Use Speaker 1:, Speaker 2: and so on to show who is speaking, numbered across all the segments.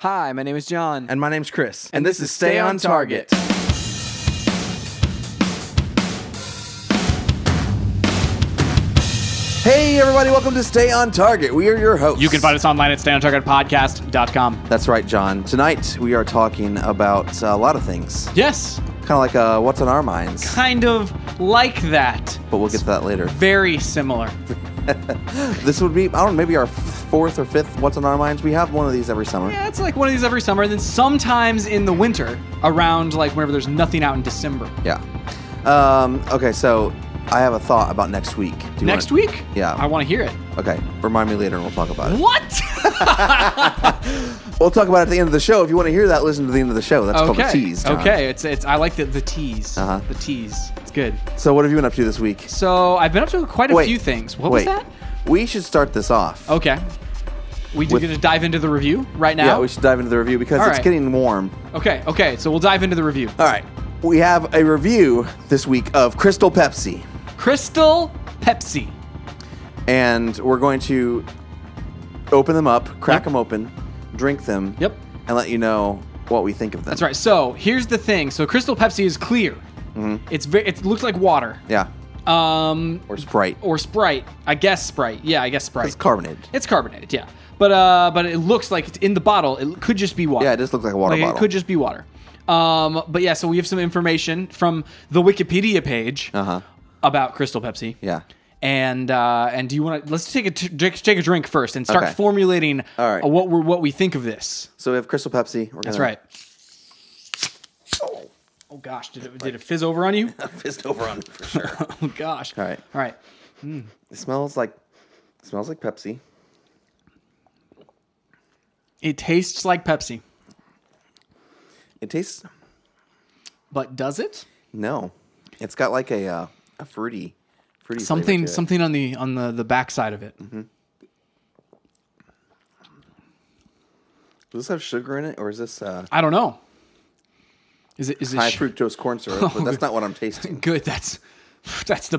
Speaker 1: Hi, my name is John.
Speaker 2: And my name's Chris. And, this, is Stay on Target. Hey, everybody, welcome to Stay on Target. We are your hosts.
Speaker 3: You can find us online at standontargetpodcast.com.
Speaker 2: That's right, John. Tonight, we are talking about uh, a lot of things.
Speaker 3: Yes,
Speaker 2: Kind of like uh, what's on our minds,
Speaker 3: kind of like that.
Speaker 2: but we'll get to that later.
Speaker 3: Very similar.
Speaker 2: This would be, I don't know, maybe our fourth or fifth what's on our minds. We have one of these every summer.
Speaker 3: Yeah, it's like one of these every summer, and then sometimes in the winter, around like whenever there's nothing out in December.
Speaker 2: Yeah. Um, okay, so I have a thought about next week. Do you
Speaker 3: Next
Speaker 2: wanna-
Speaker 3: week?
Speaker 2: Yeah.
Speaker 3: I want to hear it.
Speaker 2: Okay, remind me later and we'll talk about it.
Speaker 3: What?
Speaker 2: We'll talk about it at the end of the show. If you want to hear that, listen to the end of the show. That's called
Speaker 3: okay.
Speaker 2: a tease. John.
Speaker 3: Okay. It's it's. I like the the tease.
Speaker 2: Uh-huh.
Speaker 3: The tease. It's good.
Speaker 2: So what have you been up to this week?
Speaker 3: So I've been up to quite a few things. What
Speaker 2: wait.
Speaker 3: was that?
Speaker 2: We should start this off.
Speaker 3: Okay. We are
Speaker 2: With-
Speaker 3: going to dive into the review right now.
Speaker 2: Yeah, we should dive into the review because
Speaker 3: All
Speaker 2: it's
Speaker 3: right.
Speaker 2: getting warm.
Speaker 3: Okay. Okay. So we'll dive into the review.
Speaker 2: All right. We have a review this week of Crystal Pepsi,
Speaker 3: Crystal Pepsi.
Speaker 2: and we're going to open them up, crack them open, drink them,
Speaker 3: Yep.
Speaker 2: and let you know what we think of them.
Speaker 3: That's right. So here's the thing. So Crystal Pepsi is clear. It's very. It looks like water.
Speaker 2: Mm-hmm. Yeah.
Speaker 3: Um.
Speaker 2: Or Sprite.
Speaker 3: Or Sprite. I guess Sprite. Yeah. I guess Sprite.
Speaker 2: It's carbonated.
Speaker 3: It's carbonated. Yeah. But uh. But it looks like it's in the bottle. It could just be water.
Speaker 2: Yeah, it just looks like a water
Speaker 3: Like,
Speaker 2: bottle.
Speaker 3: It could just be water. Um. But yeah. So we have some information from the Wikipedia page
Speaker 2: Uh-huh.
Speaker 3: about Crystal Pepsi.
Speaker 2: Yeah.
Speaker 3: And uh, and do you want to let's take a t- drink, take a drink first and start
Speaker 2: Okay.
Speaker 3: formulating
Speaker 2: All right.
Speaker 3: uh, what we are what we think of this.
Speaker 2: So we have Crystal Pepsi. We're
Speaker 3: That's
Speaker 2: gonna-
Speaker 3: right. Oh gosh, did it, did it fizz over on you?
Speaker 2: Pissed over on it for sure.
Speaker 3: Oh gosh.
Speaker 2: All right.
Speaker 3: All right.
Speaker 2: it smells like it smells like Pepsi.
Speaker 3: It tastes like Pepsi,
Speaker 2: It tastes
Speaker 3: but does it?
Speaker 2: no. It's got like a uh, a fruity fruity flavor to
Speaker 3: Something
Speaker 2: it.
Speaker 3: something on the on the the backside of it.
Speaker 2: Mm-hmm. Does this have sugar in it, or is this uh,
Speaker 3: I don't know. Is it is it
Speaker 2: high
Speaker 3: sh-
Speaker 2: fructose corn syrup? But that's not what I'm tasting.
Speaker 3: good? That's that's the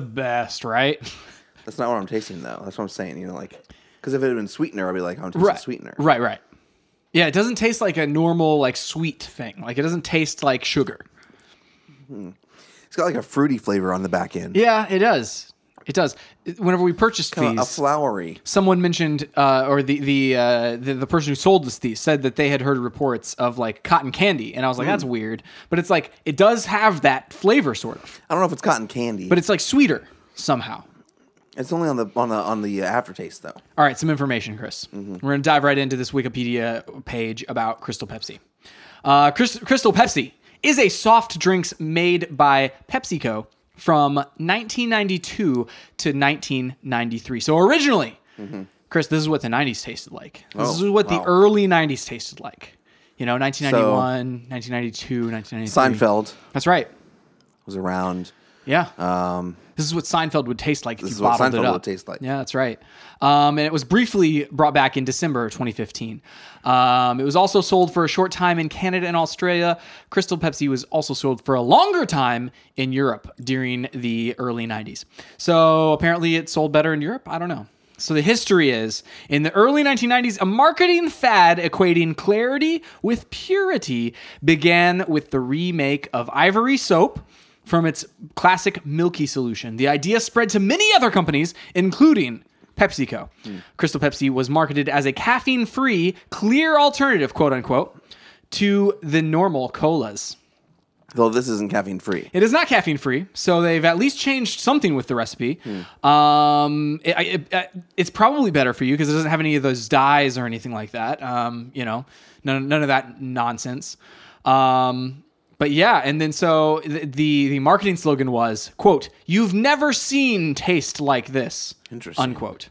Speaker 3: best, right?
Speaker 2: That's not what I'm tasting though. That's what I'm saying. You know, like because if it had been sweetener, I'd be like, I'm tasting
Speaker 3: Right.
Speaker 2: sweetener.
Speaker 3: Right, right. Yeah, it doesn't taste like a normal like sweet thing. Like it doesn't taste like sugar.
Speaker 2: It's got like a fruity flavor on the back end.
Speaker 3: Yeah, it does. It does. Whenever we purchased
Speaker 2: Kinda
Speaker 3: these,
Speaker 2: a flowery.
Speaker 3: someone mentioned uh, or the the, uh, the the person who sold us these said that they had heard reports of like cotton candy and i was like that's weird but it's like it does have that flavor sort of
Speaker 2: I don't know if it's cotton candy,
Speaker 3: but it's like sweeter somehow
Speaker 2: it's only on the on the on the uh, aftertaste though.
Speaker 3: all right some information chris
Speaker 2: Mm-hmm.
Speaker 3: we're gonna dive right into this wikipedia page about crystal pepsi uh, Crys- crystal pepsi is a soft drinks made by pepsico from 1992 to 1993 so originally Chris, this is what the 90s tasted like. This
Speaker 2: Mm-hmm. Oh,
Speaker 3: is what
Speaker 2: wow.
Speaker 3: the early 90s tasted like. You know, 1991, 1992, 1993.
Speaker 2: Seinfeld
Speaker 3: That's right.
Speaker 2: was around.
Speaker 3: Yeah.
Speaker 2: Um,
Speaker 3: this is what Seinfeld would taste like if
Speaker 2: this
Speaker 3: you
Speaker 2: is what
Speaker 3: bottled it
Speaker 2: Seinfeld
Speaker 3: up.
Speaker 2: would taste like.
Speaker 3: Yeah, that's right. Um, and it was briefly brought back in December of 2015. Um, it was also sold for a short time in Canada and Australia. Crystal Pepsi was also sold for a longer time in Europe during the early 90s. So apparently it sold better in Europe. I don't know. So the history is in the early 1990s, a marketing fad equating clarity with purity began with the remake of Ivory Soap from its classic milky solution. The idea spread to many other companies, including PepsiCo. Crystal Pepsi was marketed as a caffeine free, clear alternative, quote unquote, to the normal colas.
Speaker 2: Though this isn't caffeine free.
Speaker 3: It is not caffeine free, so they've at least changed something with the recipe. Um, it, I- it- uh, it's probably better for you because it doesn't have any of those dyes or anything like that. Um, you know, none, none of that nonsense. Um, but yeah, and then so the, the the marketing slogan was quote You've never seen taste like this."
Speaker 2: Interesting.
Speaker 3: Unquote.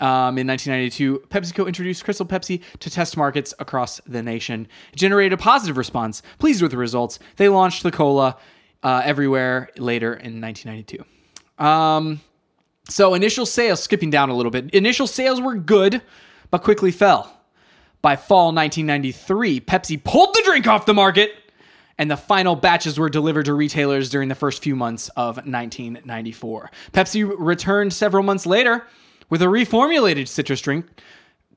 Speaker 3: Um, in 1992, PepsiCo introduced Crystal Pepsi to test markets across the nation. It generated a positive response. Pleased with the results, they launched the cola uh, everywhere later in 1992. Um, so initial sales, skipping down a little bit, initial sales were good, but quickly fell. By fall 1993, Pepsi pulled the drink off the market, and the final batches were delivered to retailers during the first few months of 1994. Pepsi returned several months later with a reformulated citrus drink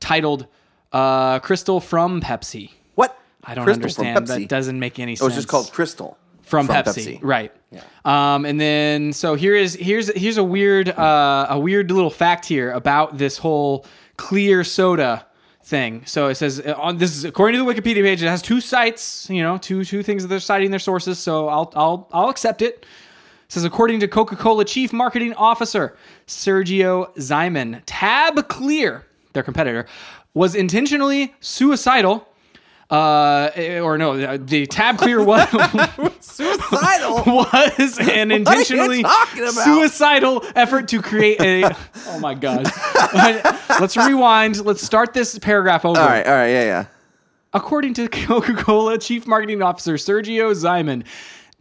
Speaker 3: titled Uh, Crystal from Pepsi.
Speaker 2: What?
Speaker 3: I don't
Speaker 2: Crystal from Pepsi.
Speaker 3: understand. That doesn't make any sense.
Speaker 2: It was just called Crystal
Speaker 3: from, Pepsi. right?
Speaker 2: Yeah.
Speaker 3: Um, and then so here is here's here's a weird uh, a weird little fact here about this whole clear soda thing. So it says uh, on this is according to the Wikipedia page, it has two sites, you know, two two things that they're citing their sources. So I'll I'll I'll accept it. It says according to Coca-Cola chief marketing officer Sergio Zyman, Tab Clear, their competitor, was intentionally suicidal. Uh, or no, the Tab Clear was
Speaker 2: Suicidal.
Speaker 3: was an intentionally
Speaker 2: talking about?
Speaker 3: suicidal effort to create a. oh my god! Let's rewind. Let's start this paragraph over.
Speaker 2: all right, all right, yeah, yeah.
Speaker 3: According to Coca Cola Chief Marketing Officer Sergio Zyman,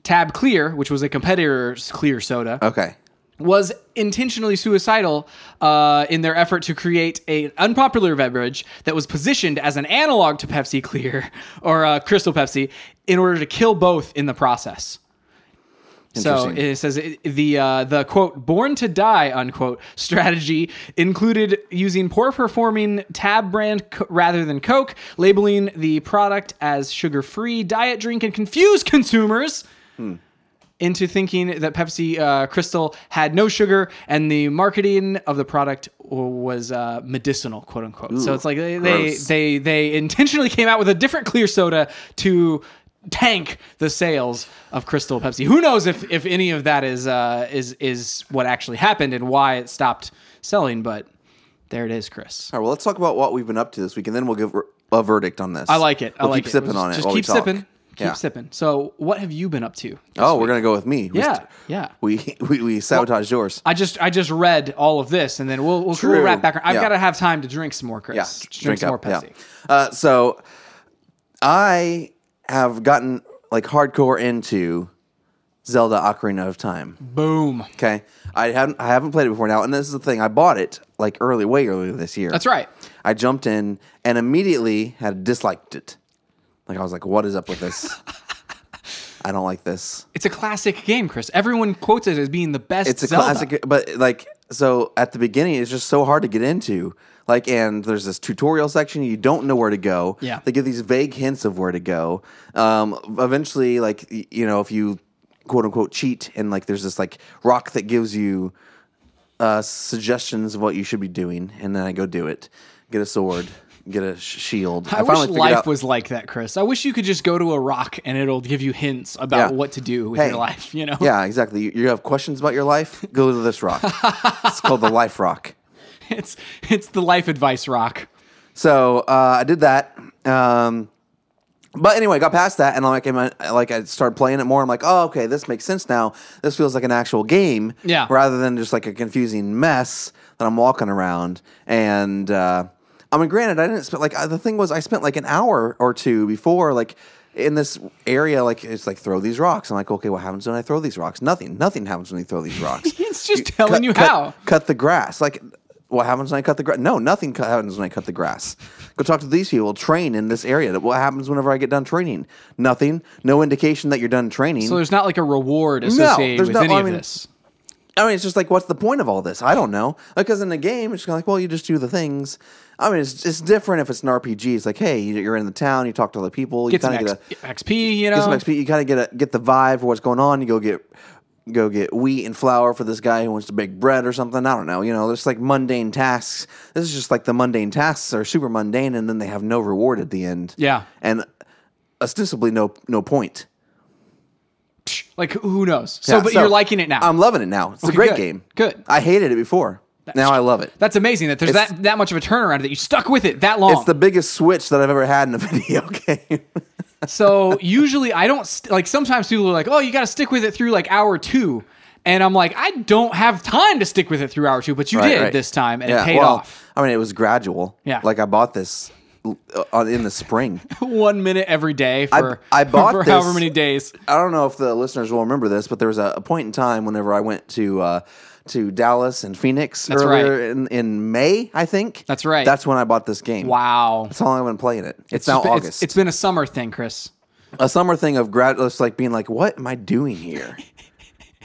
Speaker 3: Tab Clear, which was a competitor's clear soda,
Speaker 2: Okay.
Speaker 3: was intentionally suicidal uh, in their effort to create an unpopular beverage that was positioned as an analog to Pepsi Clear or uh, Crystal Pepsi in order to kill both in the process. So
Speaker 2: Interesting.
Speaker 3: it says it- the uh, the quote "born to die" unquote strategy included using poor performing Tab brand co- rather than Coke, labeling the product as sugar free diet drink, and confuse consumers into thinking that Pepsi uh, Crystal had no sugar, and the marketing of the product was uh, medicinal, quote unquote. so it's like they they,
Speaker 2: gross.
Speaker 3: they they intentionally came out with a different clear soda to tank the sales of Crystal Pepsi. Who knows if if any of that is uh, is is what actually happened and why it stopped selling? But there it is, Chris.
Speaker 2: All right, well, let's talk about what we've been up to this week, and then we'll give a verdict on this.
Speaker 3: I like it. I
Speaker 2: We'll
Speaker 3: like
Speaker 2: keep
Speaker 3: it.
Speaker 2: sipping
Speaker 3: Just-
Speaker 2: on it.
Speaker 3: Just
Speaker 2: while we
Speaker 3: keep
Speaker 2: talk.
Speaker 3: sipping. Keep
Speaker 2: Yeah.
Speaker 3: sipping. So, what have you been up to?
Speaker 2: Oh, we're gonna go with me. We
Speaker 3: Yeah,
Speaker 2: st-
Speaker 3: yeah.
Speaker 2: We we, we sabotaged yours.
Speaker 3: I just I just read all of this, and then we'll we'll, we'll
Speaker 2: True.
Speaker 3: wrap back. around. I've
Speaker 2: Yeah.
Speaker 3: got to have time to drink some more, Chris.
Speaker 2: Yeah,
Speaker 3: drink,
Speaker 2: up,
Speaker 3: some more Pepsi.
Speaker 2: Yeah. Uh, so I have gotten like hardcore into Zelda Ocarina of
Speaker 3: Mm-hmm.
Speaker 2: Time.
Speaker 3: Boom.
Speaker 2: Okay, I haven't I haven't played it before now, and this is the thing. I bought it like early, way earlier this year.
Speaker 3: That's right.
Speaker 2: I jumped in and immediately had disliked it. Like I was like, "What is up with this? I don't like this."
Speaker 3: It's a classic game, Chris. Everyone quotes it as being the best.
Speaker 2: it's a
Speaker 3: Zelda.
Speaker 2: classic but like so at the beginning it's just so hard to get into like and there's this tutorial section you don't know where to go
Speaker 3: Yeah.
Speaker 2: they give these vague hints of where to go um eventually like y- you know if you quote unquote cheat and like there's this like rock that gives you uh suggestions of what you should be doing and then i go do it get a sword get a sh- shield
Speaker 3: I, wish life was like that, Chris. I wish you could just go to a rock and it'll give you hints about
Speaker 2: Yeah.
Speaker 3: what to do with
Speaker 2: Hey.
Speaker 3: your life. You know.
Speaker 2: yeah exactly you, you have questions about your life go to this rock it's called the life rock
Speaker 3: It's it's the life advice rock.
Speaker 2: So uh, I did that. Um, but anyway, got past that, and like I like I started playing it more. I'm like, oh, okay, this makes sense now. This feels like an actual game,
Speaker 3: Yeah.
Speaker 2: rather than just like a confusing mess that I'm walking around. And uh, I mean, granted, I didn't spend like uh, the thing was I spent like an hour or two before like in this area like it's like throw these rocks. I'm like, okay, what happens when I throw these rocks? Nothing. Nothing happens when you throw these rocks.
Speaker 3: It's just telling
Speaker 2: cut-
Speaker 3: you
Speaker 2: cut-
Speaker 3: how.
Speaker 2: cut the grass. Like, what happens when I cut the grass? No, nothing cu- happens when I cut the grass. Go talk to these people. Train in this area. What happens whenever I get done training? Nothing. No indication that you're done training.
Speaker 3: So there's not like a reward associated
Speaker 2: there's
Speaker 3: with
Speaker 2: no-
Speaker 3: any
Speaker 2: I
Speaker 3: of
Speaker 2: mean-
Speaker 3: this.
Speaker 2: I mean, it's just like, what's the point of all this? I don't know. Because in a game, it's kind of like, well, you just do the things. I mean, it's it's different if it's an RPG. It's like, hey, you- you're in the town, you talk to other people, you
Speaker 3: Get some
Speaker 2: kind of
Speaker 3: X-
Speaker 2: get a
Speaker 3: XP. You know.
Speaker 2: get some XP. You kind of get a, get the vibe for what's going on. You go get go get wheat and flour for this guy who wants to bake bread or something. I don't know. You know, there's like mundane tasks. This is just like the mundane tasks are super mundane, and then they have no reward at the end.
Speaker 3: Yeah.
Speaker 2: and ostensibly no no point.
Speaker 3: Psh, Like who knows? So,
Speaker 2: Yeah,
Speaker 3: but you're liking it now.
Speaker 2: I'm loving it now. It's a
Speaker 3: Okay,
Speaker 2: great
Speaker 3: good,
Speaker 2: game.
Speaker 3: good.
Speaker 2: I hated it before. now I love it.
Speaker 3: That's amazing that there's
Speaker 2: It's-
Speaker 3: that that much of a turnaround that you stuck with it that long.
Speaker 2: It's the biggest switch that I've ever had in a video game.
Speaker 3: So usually I don't st- like. Sometimes people are like, "Oh, you got to stick with it through like hour two. and I'm like, "I don't have time to stick with it through hour two, but you
Speaker 2: Right,
Speaker 3: did
Speaker 2: right.
Speaker 3: this time, and
Speaker 2: Yeah,
Speaker 3: it paid
Speaker 2: well,
Speaker 3: off.
Speaker 2: I mean, it was gradual.
Speaker 3: Yeah.
Speaker 2: like I bought this uh, on- in the spring.
Speaker 3: One minute every day for
Speaker 2: I- I bought
Speaker 3: for
Speaker 2: this-
Speaker 3: however many days.
Speaker 2: I don't know if the listeners will remember this, but there was a, a point in time whenever I went to uh, to Dallas and Phoenix earlier
Speaker 3: right.
Speaker 2: in, in May, I think.
Speaker 3: That's right.
Speaker 2: That's when I bought this game.
Speaker 3: Wow,
Speaker 2: That's how long I've been playing it. It's, now
Speaker 3: It's been- it's-
Speaker 2: August.
Speaker 3: it's been a summer thing, Chris.
Speaker 2: a summer thing of grad, it's like being like, what am I doing here?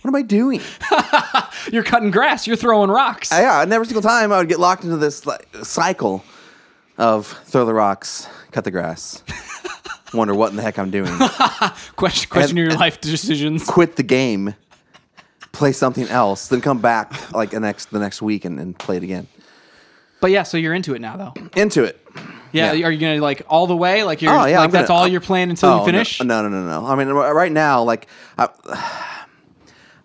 Speaker 2: What am I doing?
Speaker 3: You're cutting grass. You're throwing rocks.
Speaker 2: yeah, and every single time I would get locked into this like, cycle of throw the rocks, cut the grass. Wonder what in the heck I'm doing.
Speaker 3: Question, question your life decisions.
Speaker 2: Quit the game, play something else, then come back like the next the next week and, and play it again.
Speaker 3: But yeah, so you're into it now, though.
Speaker 2: Into it.
Speaker 3: Yeah,
Speaker 2: Yeah.
Speaker 3: are you gonna like all the way? Like you're
Speaker 2: Oh, yeah,
Speaker 3: like
Speaker 2: I'm
Speaker 3: that's
Speaker 2: gonna-
Speaker 3: all you're playing until
Speaker 2: Oh,
Speaker 3: you
Speaker 2: no-
Speaker 3: finish.
Speaker 2: No, no, no, no. I mean, r- right now, like, I,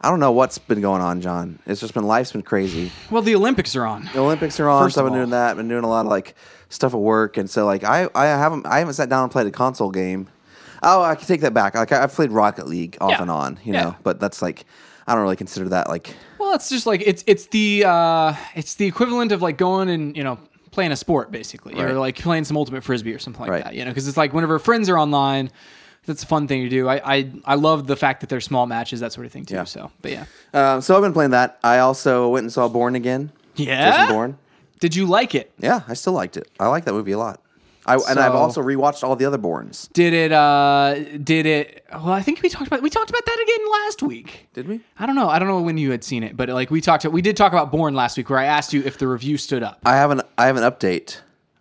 Speaker 2: I don't know what's been going on, John. It's just been life's been crazy.
Speaker 3: Well, the Olympics are on.
Speaker 2: The Olympics are on,
Speaker 3: First
Speaker 2: so I've
Speaker 3: of
Speaker 2: been doing
Speaker 3: all.
Speaker 2: that. I've been doing a lot of like stuff at work, and so like I, I haven't, I haven't sat down and played a console game. Oh, I can take that back. Like I- I've played Rocket League off
Speaker 3: Yeah.
Speaker 2: and on, you
Speaker 3: Yeah.
Speaker 2: know, but that's like I don't really consider that like
Speaker 3: Well, it's just like it's it's the uh, it's the equivalent of like going and you know playing a sport basically, or
Speaker 2: Right.
Speaker 3: like playing some ultimate frisbee or something like
Speaker 2: Right.
Speaker 3: that. You know, because it's like whenever friends are online, that's a fun thing to do. I I, I love the fact that they're small matches, that sort of thing too.
Speaker 2: Yeah.
Speaker 3: So, but yeah,
Speaker 2: Um, so I've been playing that. I also went and saw Born Again.
Speaker 3: Yeah?
Speaker 2: Jason Bourne.
Speaker 3: did you like it?
Speaker 2: Yeah, I still liked it. I like that movie a lot. I, and I've
Speaker 3: So-
Speaker 2: also rewatched all the other Bournes.
Speaker 3: Did it? uh Did it? Well, I think we talked about we talked about that again last week.
Speaker 2: Did we?
Speaker 3: I don't know. I don't know when you had seen it, but like we talked, we did talk about Born last week, where I asked you if the review stood up.
Speaker 2: I have an I have an update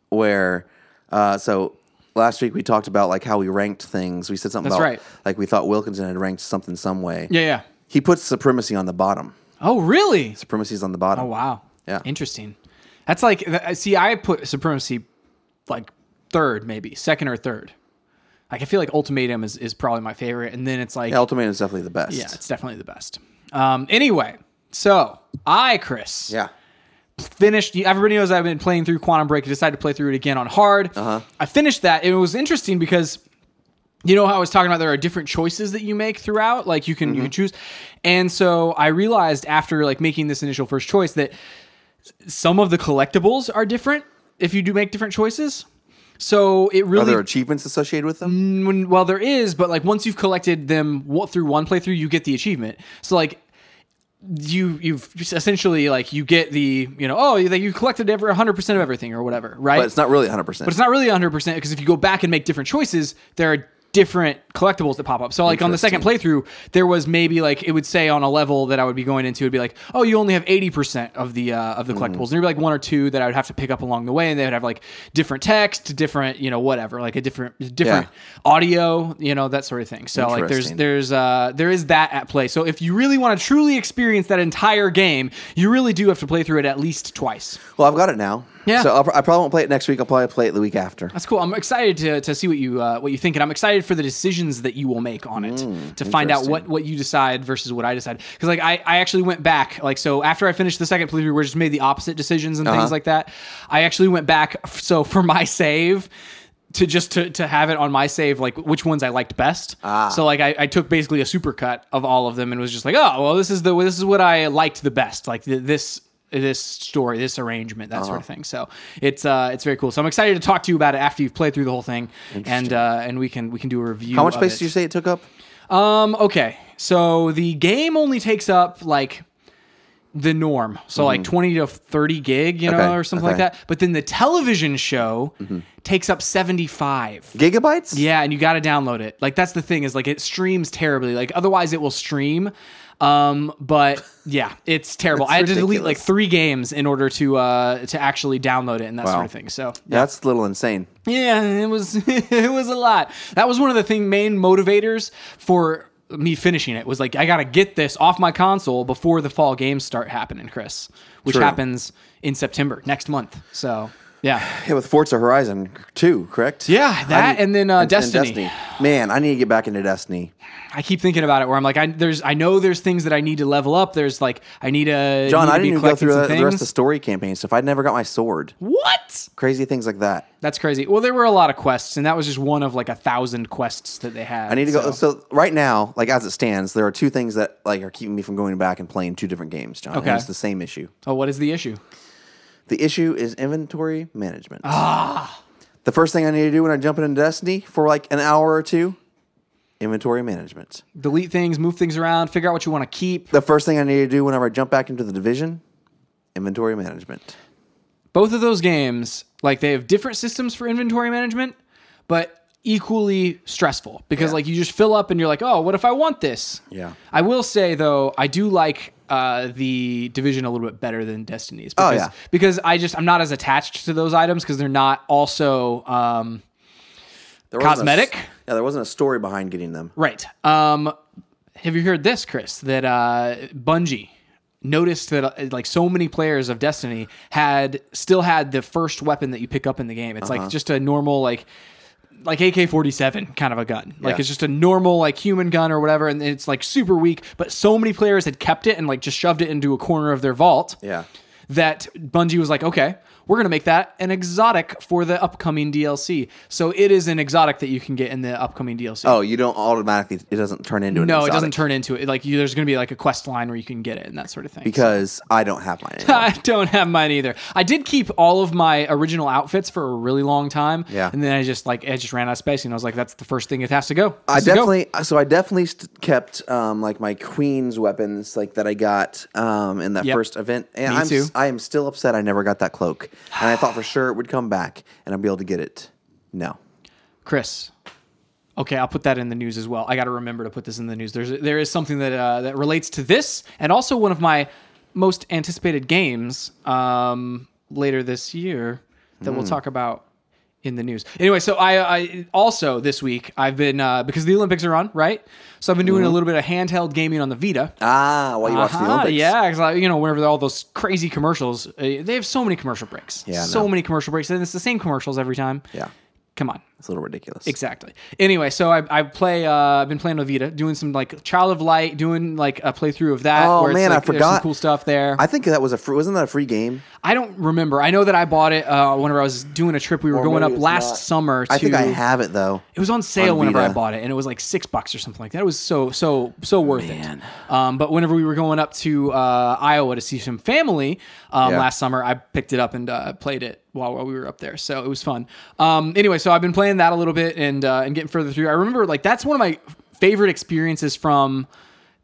Speaker 2: where uh, so last week we talked about like how we ranked things. We said something
Speaker 3: That's
Speaker 2: about
Speaker 3: right.
Speaker 2: like we thought Wilkinson had ranked something some way.
Speaker 3: Yeah, yeah.
Speaker 2: He puts supremacy on the bottom.
Speaker 3: Oh, really?
Speaker 2: Supremacy's on the bottom.
Speaker 3: Oh, wow.
Speaker 2: Yeah.
Speaker 3: Interesting. That's like, th- uh, see, I put Supremacy like third, maybe second or third. Like, I feel like Ultimatum is, is probably my favorite, and then it's like,
Speaker 2: Yeah, Ultimate is definitely the best.
Speaker 3: yeah, it's definitely the best. Um, anyway, so I, Chris,
Speaker 2: Yeah.
Speaker 3: finished. Everybody knows I've been playing through Quantum Break. I decided to play through it again on hard. I finished that. It was interesting because you know how I was talking about there are different choices that you make throughout. Like you can you can choose, and so I realized after like making this initial first choice that some of the collectibles are different if you do make different choices. So it
Speaker 2: Are
Speaker 3: really
Speaker 2: there achievements associated with them?
Speaker 3: when, well there is but like once you've collected them wa- through one playthrough you get the achievement so like you you've just essentially like you get the you know oh you, that you collected every 100% of everything or whatever right
Speaker 2: But it's not really 100%.
Speaker 3: but it's not really 100% because if you go back and make different choices there are different collectibles that pop up so like on the second playthrough there was maybe like it would say on a level that i would be going into it'd be like oh you only have 80% of the uh, of the collectibles and there'd be like one or two that i would have to pick up along the way and they would have like different text different you know whatever like a different different audio you know that sort of thing so like there's
Speaker 2: Interesting.
Speaker 3: there's uh there is that at play so if you really want to truly experience that entire game you really do have to play through it at least twice
Speaker 2: well, I've got it now.
Speaker 3: Yeah.
Speaker 2: So I'll, pr- I probably won't play it next week. I'll probably play it the week after.
Speaker 3: That's cool. I'm excited to, to see what you uh, what you think, and I'm excited for the decisions that you will make on it to find out what, what you decide versus what I decide. Because like I, I actually went back like so after I finished the second playthrough, where I just made the opposite decisions and
Speaker 2: Uh-huh.
Speaker 3: things like that. I actually went back f- so for my save to just to, to have it on my save like which ones I liked best.
Speaker 2: Ah.
Speaker 3: So like I, I took basically a supercut of all of them and was just like oh well this is the this is what I liked the best like th- this this story, this arrangement, that
Speaker 2: Uh-huh.
Speaker 3: sort of thing. So it's uh, it's very cool. So I'm excited to talk to you about it after you've played through the whole thing, and uh, and we can we can do a review.
Speaker 2: How much
Speaker 3: of
Speaker 2: space
Speaker 3: it.
Speaker 2: did you say it took up?
Speaker 3: Um. Okay. So the game only takes up like the norm, so like 20 to 30 gig, you know,
Speaker 2: Mm-hmm. Okay,
Speaker 3: or something
Speaker 2: okay. Mm-hmm.
Speaker 3: like that. But then the television show takes up 75.
Speaker 2: Gigabytes?
Speaker 3: Yeah, and you got to download it. Like that's the thing is like it streams terribly. Like otherwise it will stream. Um, but yeah, it's terrible. I had to delete like
Speaker 2: ridiculous.
Speaker 3: three games in order to uh to actually download it and that sort of thing. So
Speaker 2: That's a little insane.
Speaker 3: yeah, it was it was a lot. That was one of the thing main motivators for me finishing it was like I gotta get this off my console before the fall games start happening, Chris, which
Speaker 2: True.
Speaker 3: happens in September next month. So yeah.
Speaker 2: Yeah, with Forza Horizon 2, correct?
Speaker 3: Yeah, that and then, uh, Destiny.
Speaker 2: Man, I need to get back into Destiny.
Speaker 3: I keep thinking about it where I'm like, I there's I know there's things that I need to level up. There's like I need a
Speaker 2: John,
Speaker 3: need
Speaker 2: I
Speaker 3: to be
Speaker 2: didn't even go
Speaker 3: collecting
Speaker 2: through
Speaker 3: some
Speaker 2: the, the rest
Speaker 3: things.
Speaker 2: of the story campaign stuff. I never got my sword.
Speaker 3: what?
Speaker 2: Crazy things like that.
Speaker 3: That's crazy. Well, there were a lot of quests, and that was just one of like a thousand quests that they had.
Speaker 2: I need to go. So right now, like as it stands, there are two things that like are keeping me from going back and playing two different games, John.
Speaker 3: Okay.
Speaker 2: and it's the same issue.
Speaker 3: oh, what is the issue?
Speaker 2: The issue is inventory management. Ah. The first thing I need to do when I jump into Destiny for like an hour or two, inventory management.
Speaker 3: Delete things, move things around, figure out what you want to keep.
Speaker 2: The first thing I need to do whenever I jump back into the division, inventory management.
Speaker 3: Both of those games, like they have different systems for inventory management, but equally stressful because like you just fill up and you're like, oh, what if I want this?
Speaker 2: Yeah.
Speaker 3: I will say though, I do like uh, the division a little bit better than Destiny's. Because,
Speaker 2: Oh, yeah.
Speaker 3: Because I just I'm not as attached to those items because they're not also um,
Speaker 2: There wasn't a
Speaker 3: Cosmetic?
Speaker 2: s- yeah, there wasn't a story behind getting them.
Speaker 3: right. Um, have you heard this, Chris? That uh, Bungie noticed that uh, like so many players of Destiny had still had the first weapon that you pick up in the game. It's
Speaker 2: Uh-huh.
Speaker 3: like just a normal like like AK forty seven kind of a gun. Like
Speaker 2: Yeah.
Speaker 3: it's just a normal like human gun or whatever, and it's like super weak. But so many players had kept it and like just shoved it into a corner of their vault.
Speaker 2: Yeah.
Speaker 3: that Bungie was like, okay, we're going to make that an exotic for the upcoming DLC. So it is an exotic that you can get in the upcoming DLC.
Speaker 2: Oh, you don't automatically. It doesn't turn into an
Speaker 3: no, it
Speaker 2: exotic
Speaker 3: doesn't turn into it. Like you, there's going to be like a quest line where you can get it and that sort of thing.
Speaker 2: because I don't have mine. Anymore.
Speaker 3: I don't have mine either. I did keep all of my original outfits for a really long time.
Speaker 2: Yeah.
Speaker 3: And then I just like I just ran out of space and I was like, that's the first thing it has to go.
Speaker 2: I
Speaker 3: Has to go.
Speaker 2: definitely so I definitely st- kept um, like my queen's weapons like that I got um, in that
Speaker 3: Yep.
Speaker 2: first event, and
Speaker 3: Me
Speaker 2: I'm s-
Speaker 3: too.
Speaker 2: I am still upset I never got that cloak, and I thought for sure it would come back and I'd be able to get it. No,
Speaker 3: Chris. Okay, I'll put that in the news as well. I got to remember to put this in the news. There's there is something that uh, that relates to this, and also one of my most anticipated games um, later this year that
Speaker 2: Hmm.
Speaker 3: we'll talk about in the news. Anyway, so I, I also this week I've been uh, because the Olympics are on, right? So I've been doing a little bit of handheld gaming on the Vita.
Speaker 2: ah, while you watch Mm-hmm. the
Speaker 3: Uh-huh,
Speaker 2: Olympics,
Speaker 3: Yeah, because like, you know, whenever all those crazy commercials, uh, they have so many commercial breaks.
Speaker 2: Yeah, I
Speaker 3: so
Speaker 2: know.
Speaker 3: many commercial breaks, and it's the same commercials every time.
Speaker 2: Yeah.
Speaker 3: come on.
Speaker 2: it's a little ridiculous.
Speaker 3: Exactly. Anyway, so I, I play. Uh, I've been playing Novita, doing some like Child of Light, doing like a playthrough of that.
Speaker 2: Oh,
Speaker 3: where it's,
Speaker 2: man, I
Speaker 3: like, there's some
Speaker 2: forgot.
Speaker 3: cool stuff there.
Speaker 2: I think that was a free, wasn't that a free game?
Speaker 3: I don't remember. I know that I bought it uh, whenever I was doing a trip. We were going up
Speaker 2: maybe it's
Speaker 3: last
Speaker 2: not.
Speaker 3: summer. To,
Speaker 2: I think I have it though.
Speaker 3: It was on sale
Speaker 2: on
Speaker 3: whenever I
Speaker 2: Vita.
Speaker 3: bought it, and it was like six bucks or something like that. It was so so so worth it. Um, but whenever we were going up to uh, Iowa to see some family um,
Speaker 2: Yeah.
Speaker 3: last summer, I picked it up and uh, played it while, while we were up there. So it was fun. Um, anyway, so I've been playing that a little bit and uh, and getting further through. I remember like that's one of my favorite experiences from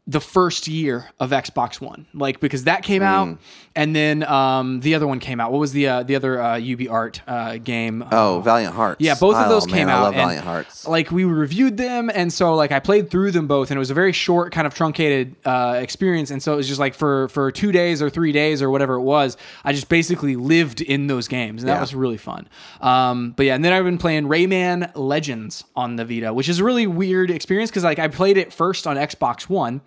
Speaker 3: the first year of Xbox One, like because that came
Speaker 2: Hmm.
Speaker 3: out, and then um, the other one came out. What was the uh, the other uh, UB Art uh, game?
Speaker 2: Oh, Valiant Hearts.
Speaker 3: Yeah, both of
Speaker 2: Oh,
Speaker 3: those
Speaker 2: man,
Speaker 3: came
Speaker 2: I
Speaker 3: out.
Speaker 2: love
Speaker 3: and,
Speaker 2: Valiant Hearts.
Speaker 3: Like we reviewed them, and so like I played through them both, and it was a very short, kind of truncated uh, experience. And so it was just like for for two days or three days or whatever it was, I just basically lived in those games, and that
Speaker 2: Yeah.
Speaker 3: was really fun. Um, but yeah, and then I've been playing Rayman Legends on the Vita, which is a really weird experience because like I played it first on Xbox One.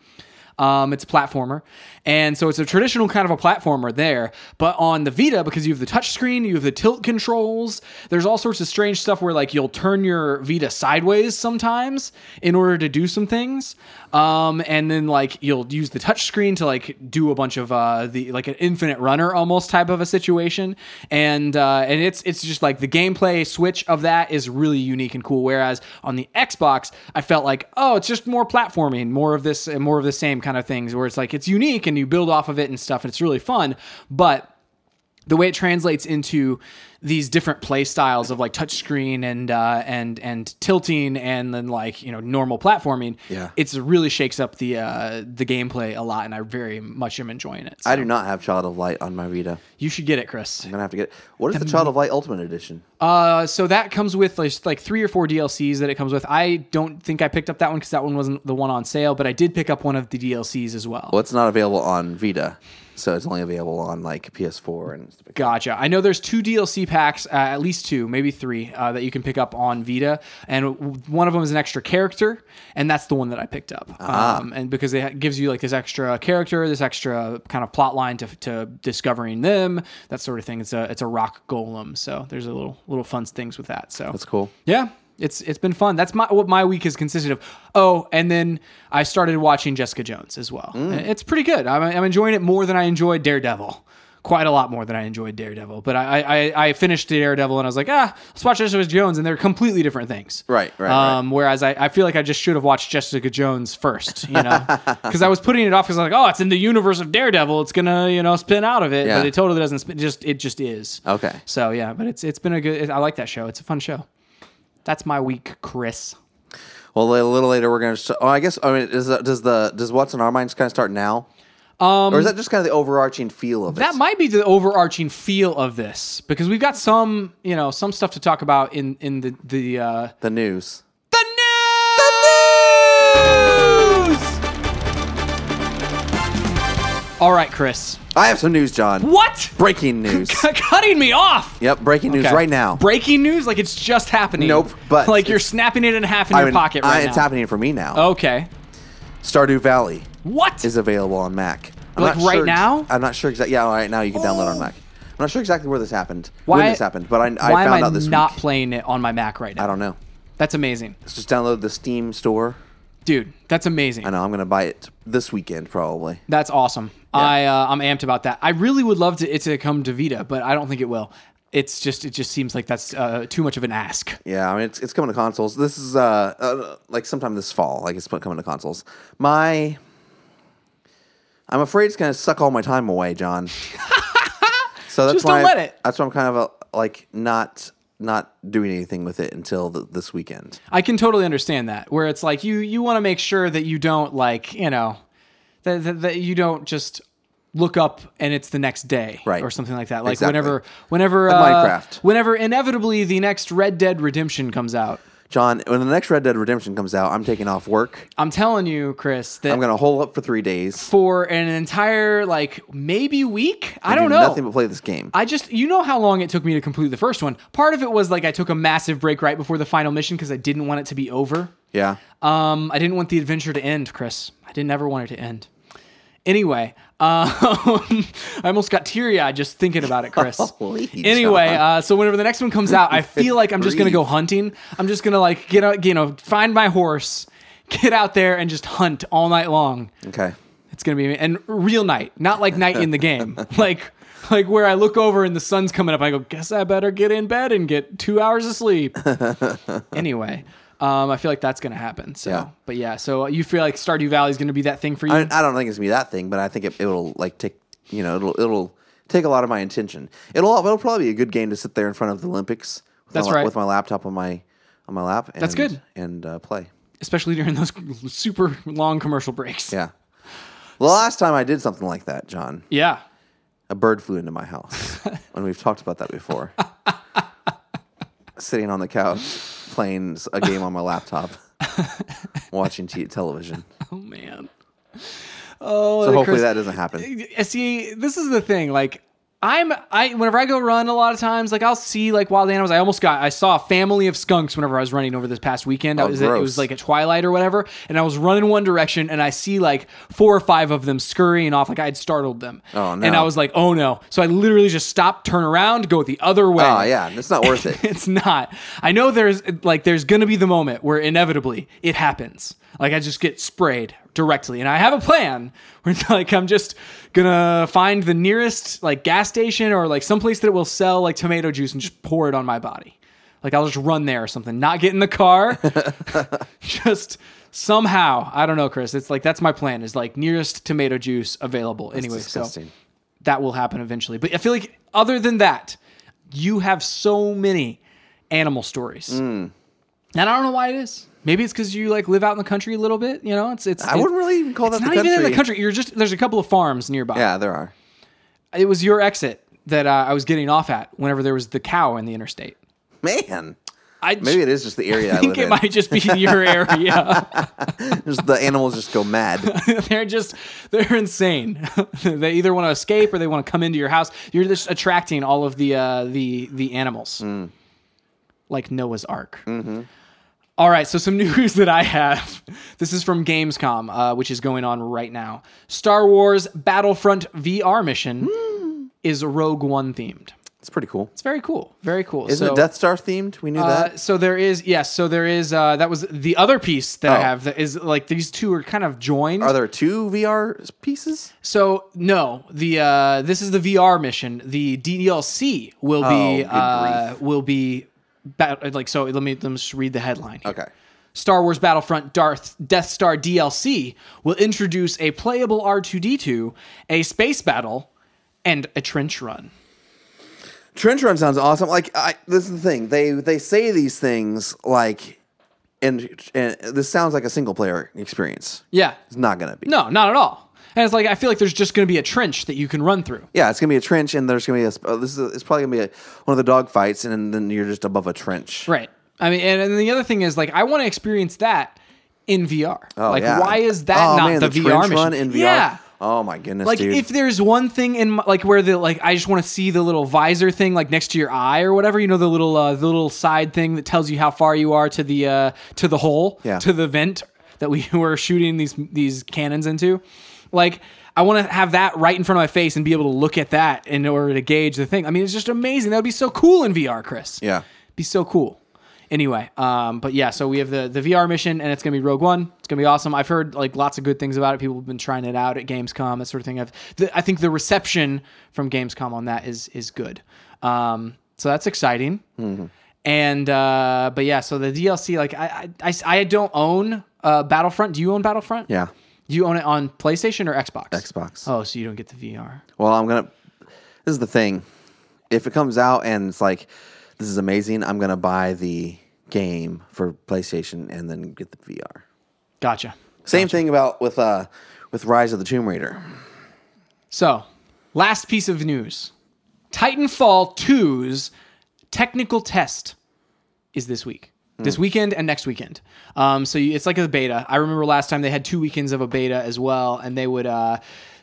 Speaker 3: Um, it's a platformer. And so it's a traditional kind of a platformer there. But on the Vita, because you have the touchscreen, you have the tilt controls, there's all sorts of strange stuff where like you'll turn your Vita sideways sometimes in order to do some things. Um, and then like you'll use the touchscreen to like do a bunch of uh, the like an infinite runner almost type of a situation. And uh, and it's it's just like the gameplay switch of that is really unique and cool. Whereas on the Xbox, I felt like, oh, it's just more platforming, more of this, and more of the same kind of things, where it's like it's unique and you build off of it and stuff, and it's really fun. But the way it translates into these different play styles of like touchscreen and uh, and and tilting and then like you know normal platforming,
Speaker 2: Yeah.
Speaker 3: it's really shakes up the uh, the gameplay a lot, and I very much am enjoying it.
Speaker 2: I
Speaker 3: So
Speaker 2: do not have Child of Light on my Vita. I'm
Speaker 3: you should get it, Chris.
Speaker 2: gonna have to get. It. What is the Child of Light Ultimate Edition?
Speaker 3: Uh, so that comes with like, like three or four DLCs that it comes with. I don't think I picked up that one because that one wasn't the one on sale, but I did pick up one of the DLCs as well.
Speaker 2: Well, it's not available on Vita, so it's only available on like PS4 and stuff like
Speaker 3: Gotcha. I know there's two DLC packs, uh, at least two, maybe three, uh, that you can pick up on Vita, and w- one of them is an extra character, and that's the one that I picked up. Um, and because it ha- gives you like this extra character, this extra kind of plot line to, to discovering them, that sort of thing. It's a it's a rock golem, so there's a little little fun things with that. So
Speaker 2: That's cool.
Speaker 3: Yeah. It's it's been fun. That's my what my week has consisted of. Oh, and then I started watching Jessica Jones as well.
Speaker 2: Mm.
Speaker 3: It's pretty good. I'm, I'm enjoying it more than I enjoyed Daredevil. Quite a lot more than I enjoyed Daredevil. But I I, I finished Daredevil and I was like, ah, let's watch Jessica Jones, and they're completely different things.
Speaker 2: Right, right, right.
Speaker 3: Um, whereas I, I feel like I just should have watched Jessica Jones first, you know, because I was putting it off because I was like, oh, it's in the universe of Daredevil. It's gonna you know spin out of it,
Speaker 2: Yeah.
Speaker 3: but it totally doesn't spin. Just it just is.
Speaker 2: Okay.
Speaker 3: So yeah, but it's it's been a good. I like that show. It's a fun show. That's my week, Chris.
Speaker 2: Well, a little later we're gonna. St- oh, I guess. I mean, is, uh, does the does what's in our minds kind of start now? or is that just kind of the overarching feel of it?
Speaker 3: Um, That might be the overarching feel of this because we've got some, you know, some stuff to talk about in in the the uh,
Speaker 2: the news.
Speaker 3: the news. All right, Chris.
Speaker 2: I have some news, John.
Speaker 3: What?
Speaker 2: Breaking news.
Speaker 3: Cutting me off.
Speaker 2: yep, breaking news
Speaker 3: Okay.
Speaker 2: right now.
Speaker 3: Breaking news, like it's just happening.
Speaker 2: Nope, but
Speaker 3: like you're
Speaker 2: it's-
Speaker 3: snapping it in half in
Speaker 2: I
Speaker 3: your
Speaker 2: mean,
Speaker 3: pocket
Speaker 2: I-
Speaker 3: right
Speaker 2: It's
Speaker 3: now. Oh.
Speaker 2: happening for me now.
Speaker 3: Okay.
Speaker 2: Stardew Valley
Speaker 3: What?
Speaker 2: is available on Mac.
Speaker 3: Like
Speaker 2: not
Speaker 3: right
Speaker 2: sure ex-
Speaker 3: now?
Speaker 2: I'm not sure exactly. Yeah, right now you can download
Speaker 3: Oh.
Speaker 2: on Mac. I'm not sure exactly where this happened,
Speaker 3: Why-
Speaker 2: when this happened, but I, I
Speaker 3: Why
Speaker 2: found
Speaker 3: am I
Speaker 2: out this
Speaker 3: not
Speaker 2: week.
Speaker 3: playing it on my Mac right now?
Speaker 2: I don't know.
Speaker 3: That's amazing,
Speaker 2: Let's just download the Steam store.
Speaker 3: dude. That's amazing.
Speaker 2: I know I'm gonna buy it this weekend probably.
Speaker 3: That's awesome. I uh, I'm amped about that. I really would love to, it to come to Vita, but I don't think it will. It's just it just seems like that's uh, too much of an ask.
Speaker 2: Yeah, I mean it's, it's coming to consoles. This is uh, uh like sometime this fall. Like it's coming to consoles. My, I'm afraid it's gonna suck all my time away, John. so that's
Speaker 3: Just
Speaker 2: why
Speaker 3: don't let it.
Speaker 2: That's why I'm kind of uh like not not doing anything with it until th this weekend.
Speaker 3: I can totally understand that. Where it's like you you want to make sure that you don't like you know that, that, that you don't just look up and it's the next day
Speaker 2: Right.
Speaker 3: or something like that. Like
Speaker 2: Exactly.
Speaker 3: whenever whenever uh,
Speaker 2: Minecraft.
Speaker 3: whenever inevitably the next Red Dead Redemption comes out.
Speaker 2: John, when the next Red Dead Redemption comes out, I'm taking off work.
Speaker 3: I'm telling you, Chris, that
Speaker 2: I'm gonna hole up for three days.
Speaker 3: for an entire like maybe week. I,
Speaker 2: do
Speaker 3: don't know.
Speaker 2: nothing but play this game.
Speaker 3: I just, you know how long it took me to complete the first one. Part of it was like I took a massive break right before the final mission because I didn't want it to be over.
Speaker 2: yeah,
Speaker 3: Um, I didn't want the adventure to end, Chris. I didn't ever want it to end. Anyway, um, I almost got teary eyed just thinking about it, Chris.
Speaker 2: Holy
Speaker 3: anyway,
Speaker 2: John.
Speaker 3: uh, so whenever the next one comes out, I feel like I'm just gonna go
Speaker 2: Breathe.
Speaker 3: hunting. I'm just gonna like get out, you know, find my horse, get out there and just hunt all night long.
Speaker 2: okay.
Speaker 3: It's gonna be and real night, not like night in the game, like like where I look over and the sun's coming up. I go, guess I better get in bed and get two hours of sleep. anyway, um, I feel like that's gonna happen. So,
Speaker 2: Yeah.
Speaker 3: but yeah, so you feel like Stardew Valley is gonna be that thing for you?
Speaker 2: I, I don't think it's gonna be that thing, but I think it, it'll like take you know it'll it'll take a lot of my attention. It'll it'll probably be a good game to sit there in front of the Olympics. With
Speaker 3: That's
Speaker 2: my, la-
Speaker 3: right.
Speaker 2: With my laptop on my on my lap. And,
Speaker 3: That's good.
Speaker 2: And uh, play.
Speaker 3: Especially during those super long commercial breaks.
Speaker 2: Yeah. The last time I did something like that, John,
Speaker 3: Yeah.
Speaker 2: a bird flew into my house, and we've talked about that before. Sitting on the couch, playing s- a game on my laptop, watching t- television.
Speaker 3: Oh man. Oh,
Speaker 2: So hopefully
Speaker 3: Chris-
Speaker 2: that doesn't happen.
Speaker 3: Uh, see this is the thing like i'm i whenever i go run a lot of times like i'll see like wild animals i almost got i saw a family of skunks whenever i was running over this past weekend I
Speaker 2: Oh,
Speaker 3: was at- it
Speaker 2: gross.
Speaker 3: was like at twilight or whatever and i was running one direction and i see like four or five of them scurrying off like i had startled them
Speaker 2: Oh, no.
Speaker 3: and i was like oh no so i literally just stopped turn around go the other way
Speaker 2: Oh yeah, it's not worth it.
Speaker 3: it's not. I know there's like there's gonna be the moment where inevitably it happens. Like I just get sprayed directly, and I have a plan where it's like I'm just gonna find the nearest like gas station or like someplace that will sell like tomato juice and just pour it on my body. Like I'll just run there or something. Not get in the car. just somehow I don't know, Chris. It's like that's my plan. Is like nearest tomato juice available. anyway, so
Speaker 2: Disgusting.
Speaker 3: that will happen eventually. But I feel like other than that, you have so many animal stories.
Speaker 2: Mm.
Speaker 3: And I don't know why it is. Maybe it's because you like live out in the country a little bit. You know, it's it's.
Speaker 2: I wouldn't really even call
Speaker 3: It's
Speaker 2: that
Speaker 3: not
Speaker 2: the
Speaker 3: even
Speaker 2: country.
Speaker 3: in the country. You're just there's a couple of farms nearby.
Speaker 2: Yeah, there are.
Speaker 3: It was your exit that uh, I was getting off at whenever there was the cow in the interstate.
Speaker 2: Man,
Speaker 3: I
Speaker 2: maybe it is just the area I, live
Speaker 3: think it
Speaker 2: in.
Speaker 3: might just be in your area.
Speaker 2: Just the animals just go mad.
Speaker 3: they're just they're insane. they either want to escape or they want to come into your house. You're just attracting all of the uh, the the animals,
Speaker 2: Mm.
Speaker 3: like Noah's Ark.
Speaker 2: Mm-hmm.
Speaker 3: All right, so some news that I have. This is from Gamescom, uh, which is going on right now. Star Wars Battlefront VR mission
Speaker 2: Hmm.
Speaker 3: is Rogue One themed.
Speaker 2: It's pretty cool.
Speaker 3: It's very cool. Very cool.
Speaker 2: Isn't
Speaker 3: so,
Speaker 2: it Death Star themed? We knew
Speaker 3: uh,
Speaker 2: that.
Speaker 3: so there is yes. So there is uh, that was the other piece that I
Speaker 2: Oh.
Speaker 3: have that is like these two are kind of joined.
Speaker 2: Are there two VR pieces?
Speaker 3: So no, the uh, this is the VR mission. The DLC will
Speaker 2: Oh,
Speaker 3: be
Speaker 2: good
Speaker 3: uh, will be bat- like so. Let me let me just read the headline. here.
Speaker 2: Okay.
Speaker 3: Star Wars Battlefront Darth Death Star DLC will introduce a playable R2D2, a space battle, and a trench run.
Speaker 2: Trench Run sounds awesome. Like I, this is the thing. They they say these things like, and and this sounds like a single player experience.
Speaker 3: Yeah.
Speaker 2: It's not gonna be.
Speaker 3: No, not at all. And it's like I feel like there's just going to be a trench that you can run through.
Speaker 2: Yeah, it's gonna be a trench, and there's gonna be a. sp- uh, This is it's probably gonna be a, one of the dog fights, and then you're just above a trench.
Speaker 3: Right. I mean, and, and the other thing is like I want to experience that in VR.
Speaker 2: Oh,
Speaker 3: like,
Speaker 2: yeah.
Speaker 3: why is that
Speaker 2: Oh,
Speaker 3: not
Speaker 2: man,
Speaker 3: the, VR
Speaker 2: trench
Speaker 3: mission?
Speaker 2: run in VR?
Speaker 3: Yeah.
Speaker 2: Oh my goodness,
Speaker 3: Like
Speaker 2: dude.
Speaker 3: if there's one thing in my, like where the like I just want to see the little visor thing like next to your eye or whatever you know the little uh, the little side thing that tells you how far you are to the uh, to the hole
Speaker 2: Yeah.
Speaker 3: to the vent that we were shooting these these cannons into like I want to have that right in front of my face and be able to look at that in order to gauge the thing I mean it's just amazing that would be so cool in VR Chris
Speaker 2: yeah,
Speaker 3: be so cool. Anyway, um, but yeah, so we have the the VR mission, and it's gonna be Rogue One. It's gonna be awesome. I've heard like lots of good things about it. People have been trying it out at Gamescom, that sort of thing. I've, the, I think the reception from Gamescom on that is is good. Um, so that's exciting. And uh, but yeah, so the DLC, like I I, I- I don't own uh, Battlefront. Do you own Battlefront?
Speaker 2: yeah.
Speaker 3: You own it on PlayStation or Xbox?
Speaker 2: Xbox.
Speaker 3: Oh, so you don't get the VR.
Speaker 2: Well, I'm gonna. This is the thing. If it comes out and it's like, this is amazing, I'm gonna buy the game for PlayStation and then get the VR.
Speaker 3: Gotcha.
Speaker 2: Same thing about with uh with Rise of the Tomb Raider.
Speaker 3: So, last piece of news Titanfall 2's technical test is this week. This weekend and next weekend. Um, so you, it's like a beta. I remember last time they had two weekends of a beta as well, and they would, uh,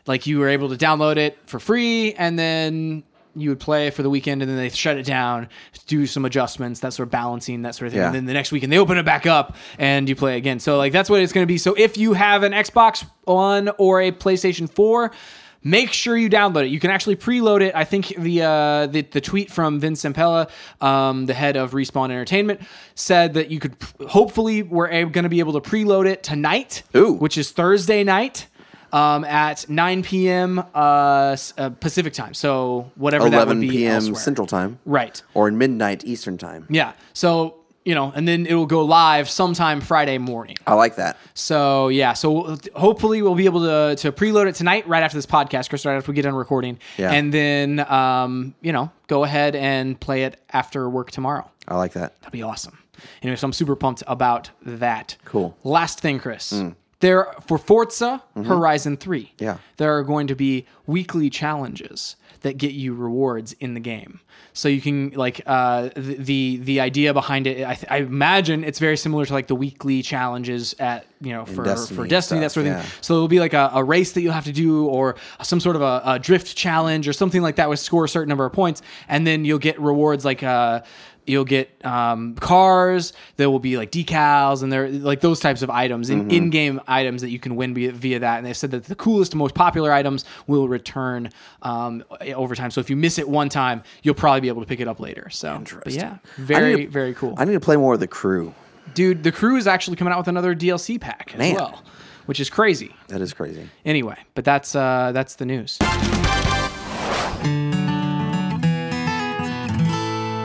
Speaker 3: like, you were able to download it for free, and then you would play for the weekend, and then they shut it down, do some adjustments, that sort of balancing, that sort of thing.
Speaker 2: Yeah.
Speaker 3: And then the next weekend they open it back up, and you play again. So, like, that's what it's going to be. So, if you have an Xbox One or a PlayStation 4, Make sure you download it. You can actually preload it. I think the uh, the, the tweet from Vince Sampella, um, the head of Respawn Entertainment, said that you could p- hopefully we're going to be able to preload it tonight,
Speaker 2: Ooh.
Speaker 3: which is Thursday night um, at 9 p.m. Uh, s- uh, Pacific time. So whatever that would
Speaker 2: 11
Speaker 3: be
Speaker 2: p.m.
Speaker 3: elsewhere.
Speaker 2: Central Time,
Speaker 3: Right.
Speaker 2: Or midnight Eastern Time.
Speaker 3: Yeah. So you know, and then it will go live sometime Friday morning.
Speaker 2: I like that.
Speaker 3: So yeah, so hopefully we'll be able to to preload it tonight, right after this podcast, Chris, right after we get done recording,
Speaker 2: Yeah.
Speaker 3: and then um, you know go ahead and play it after work tomorrow.
Speaker 2: I like that.
Speaker 3: That'd be awesome. Anyway, so I'm super pumped about that.
Speaker 2: Cool. Mm. Mm-hmm.
Speaker 3: Last thing, Chris. There for Forza Horizon 3.
Speaker 2: Yeah.
Speaker 3: There are going to be weekly challenges that get you rewards in the game. So you can like uh the the, the idea behind it I, th- I imagine it's very similar to like the weekly challenges at you know for
Speaker 2: Destiny
Speaker 3: for
Speaker 2: and
Speaker 3: Destiny that
Speaker 2: stuff,
Speaker 3: sort of
Speaker 2: yeah.
Speaker 3: thing. So it'll be like a, a race that you'll have to do, or some sort of a, a drift challenge, or something like that, with score a certain number of points, and then you'll get rewards like uh, you'll get um, cars. There will be like decals and there like those types of items
Speaker 2: Mm-hmm.
Speaker 3: in in-game items that you can win via, via that. And they've said that the coolest, most popular items will return um, over time. So if you miss it one time, you'll probably be able to pick it up later. So, but yeah,
Speaker 2: I
Speaker 3: very
Speaker 2: need to-
Speaker 3: very cool
Speaker 2: I need to play more of the crew.
Speaker 3: dude the crew is actually coming out with another dlc pack as
Speaker 2: Man.
Speaker 3: well which is crazy
Speaker 2: That is crazy.
Speaker 3: anyway but that's uh that's the news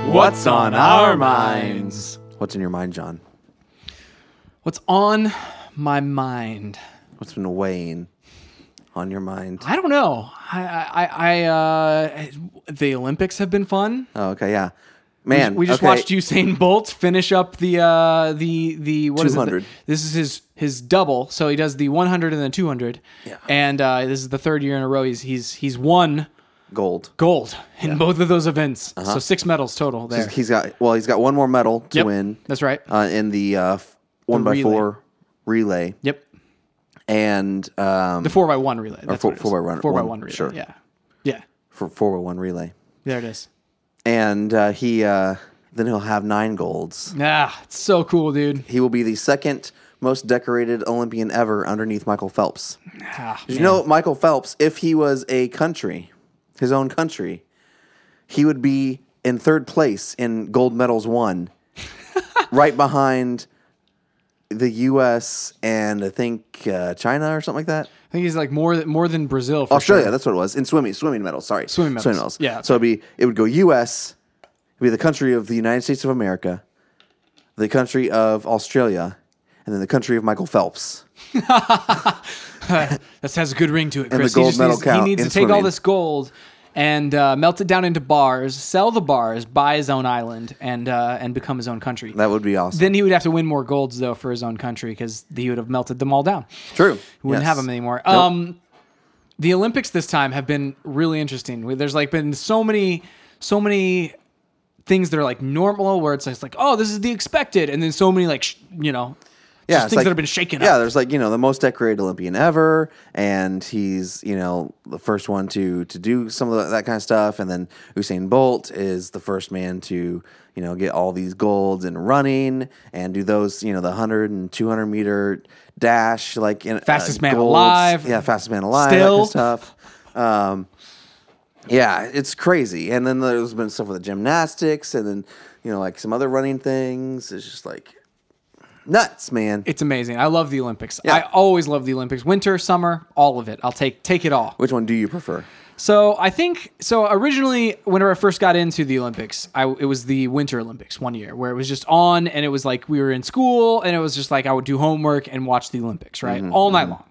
Speaker 2: What's on our minds? What's in your mind, John?
Speaker 3: what's on my mind
Speaker 2: What's been weighing on your mind?
Speaker 3: i don't know i i i uh the olympics have been fun
Speaker 2: Oh, okay, yeah. Man,
Speaker 3: we just
Speaker 2: okay.
Speaker 3: watched Usain Bolt finish up the uh, the the what is
Speaker 2: 200.
Speaker 3: it? This is his his double. So he does the 100 and then 200.
Speaker 2: Yeah.
Speaker 3: And uh, this is the third year in a row he's he's he's won
Speaker 2: gold.
Speaker 3: gold in both of those events.
Speaker 2: Uh-huh.
Speaker 3: So six medals total there.
Speaker 2: He's got well, he's got one more medal to
Speaker 3: Yep,
Speaker 2: win.
Speaker 3: That's right.
Speaker 2: uh, in the uh, f- one by
Speaker 3: relay.
Speaker 2: four relay
Speaker 3: Yep.
Speaker 2: and um,
Speaker 3: The four by one relay. That's
Speaker 2: four-
Speaker 3: what it is.
Speaker 2: four by one-
Speaker 3: Four by
Speaker 2: one,
Speaker 3: one relay.
Speaker 2: sure.
Speaker 3: Yeah. Yeah.
Speaker 2: for four by one relay.
Speaker 3: There it is.
Speaker 2: And uh, he uh, then he'll have nine golds.
Speaker 3: Ah, it's so cool, dude.
Speaker 2: He will be the second most decorated Olympian ever, underneath Michael Phelps.
Speaker 3: Ah,
Speaker 2: Did you know Michael Phelps, if he was a country, his own country, he would be in third place in gold medals won, right behind the U.S. and I think uh, China or something like that.
Speaker 3: I think he's like more than more than Brazil. For
Speaker 2: Australia,
Speaker 3: Sure.
Speaker 2: that's what it was. In swimming, swimming medals. Sorry,
Speaker 3: Swimming medals. Yeah, that's
Speaker 2: So it'd be it would go U.S. It'd be the country of the United States of America, the country of Australia, and then the country of Michael Phelps.
Speaker 3: That has a good ring to it, Chris.
Speaker 2: the gold
Speaker 3: he, just
Speaker 2: medal
Speaker 3: needs,
Speaker 2: count
Speaker 3: he needs to
Speaker 2: in
Speaker 3: take all
Speaker 2: swimming.
Speaker 3: this gold and uh, melt it down into bars, sell the bars, buy his own island, and uh, and become his own country.
Speaker 2: That would be awesome.
Speaker 3: then he would have to win more golds though for his own country because he would have melted them all down.
Speaker 2: True.
Speaker 3: He wouldn't
Speaker 2: Yes.
Speaker 3: have them anymore. Um, the Olympics this time have been really interesting. We- There's like been so many, so many things that are like normal where it's just like, oh, this is the expected, and then so many like, sh- you know,
Speaker 2: Yeah,
Speaker 3: just
Speaker 2: it's
Speaker 3: things
Speaker 2: like-
Speaker 3: that have been shaken
Speaker 2: Yeah,
Speaker 3: up.
Speaker 2: there's like you know the most decorated Olympian ever, and he's you know the first one to to do some of that kind of stuff, and then Usain Bolt is the first man to you know get all these golds in running and do those you know the 100 and 200 meter dash like in, uh,
Speaker 3: Fastest man alive.
Speaker 2: yeah fastest man alive
Speaker 3: Still.
Speaker 2: that kind of stuff. Um, yeah, it's crazy. And then there's been stuff with the gymnastics, and then you know like some other running things. It's just like nuts, man.
Speaker 3: It's amazing. I love the Olympics.
Speaker 2: Yeah.
Speaker 3: I always love the Olympics. Winter, summer, all of it. I'll take take it all.
Speaker 2: Which one do you prefer?
Speaker 3: So I think so. Originally, whenever I first got into the Olympics, I, it was the Winter Olympics one year where it was just on, and it was like we were in school, and it was just like I would do homework and watch the Olympics, right,
Speaker 2: Mm-hmm,
Speaker 3: all night long.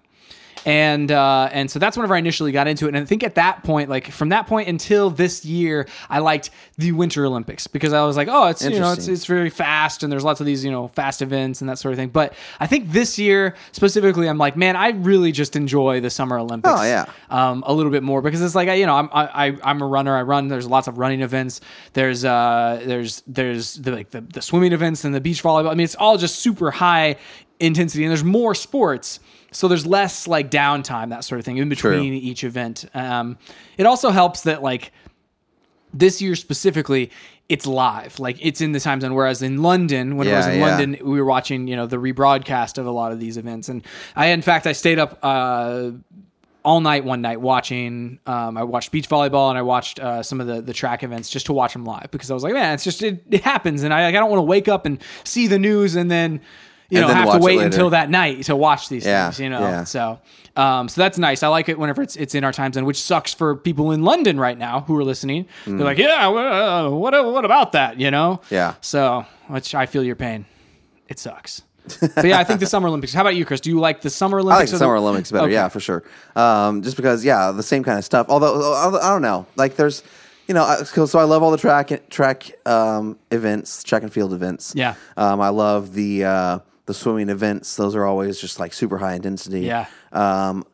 Speaker 3: And uh, and so that's whenever I initially got into it, and I think at that point, like from that point until this year, I liked the Winter Olympics because I was like, oh, it's you know, it's,
Speaker 2: Interesting.
Speaker 3: it's very fast, and there's lots of these you know fast events and that sort of thing. But I think this year specifically, I'm like, man, I really just enjoy the Summer Olympics
Speaker 2: Oh, yeah.
Speaker 3: um, a little bit more because it's like I, you know I'm I, I- I'm a runner. I run. There's lots of running events. There's uh there's there's the like the, the swimming events and the beach volleyball. I mean, it's all just super high intensity, and there's more sports. So there's less like downtime, that sort of thing, in between each event. Um, it also helps that like this year specifically, it's live. Like it's in the time zone. Whereas in London, when I was
Speaker 2: Yeah,
Speaker 3: in
Speaker 2: yeah.
Speaker 3: London, we were watching, you know, the rebroadcast of a lot of these events. And I, in fact, I stayed up uh, all night one night watching. Um, I watched beach volleyball and I watched uh, some of the the track events just to watch them live because I was like, man, it's just it, it happens, and I like, I don't want to wake up and see the news and then. You
Speaker 2: And
Speaker 3: know,
Speaker 2: then
Speaker 3: have
Speaker 2: watch
Speaker 3: to
Speaker 2: it
Speaker 3: wait
Speaker 2: later.
Speaker 3: until that night to watch these
Speaker 2: Yeah,
Speaker 3: things. You know,
Speaker 2: yeah.
Speaker 3: so um, so that's nice. I like it whenever it's it's in our time zone, which sucks for people in London right now who are listening. They're like, yeah, wha- uh, what what about that? You know?
Speaker 2: Mm. Yeah.
Speaker 3: So which I feel your pain. It sucks. but yeah, I think the Summer Olympics. How about you, Chris? Do you like the Summer Olympics?
Speaker 2: I like the
Speaker 3: or
Speaker 2: Summer Olympics better,
Speaker 3: Okay.
Speaker 2: yeah, for sure. Um, just because, yeah, the same kind of stuff. Although I I don't know, like there's, you know, I- so so I love all the track track um, events, track and field events.
Speaker 3: Yeah.
Speaker 2: um, I love the uh, the swimming events. Those are always just like super high intensity.
Speaker 3: Yeah.
Speaker 2: Um,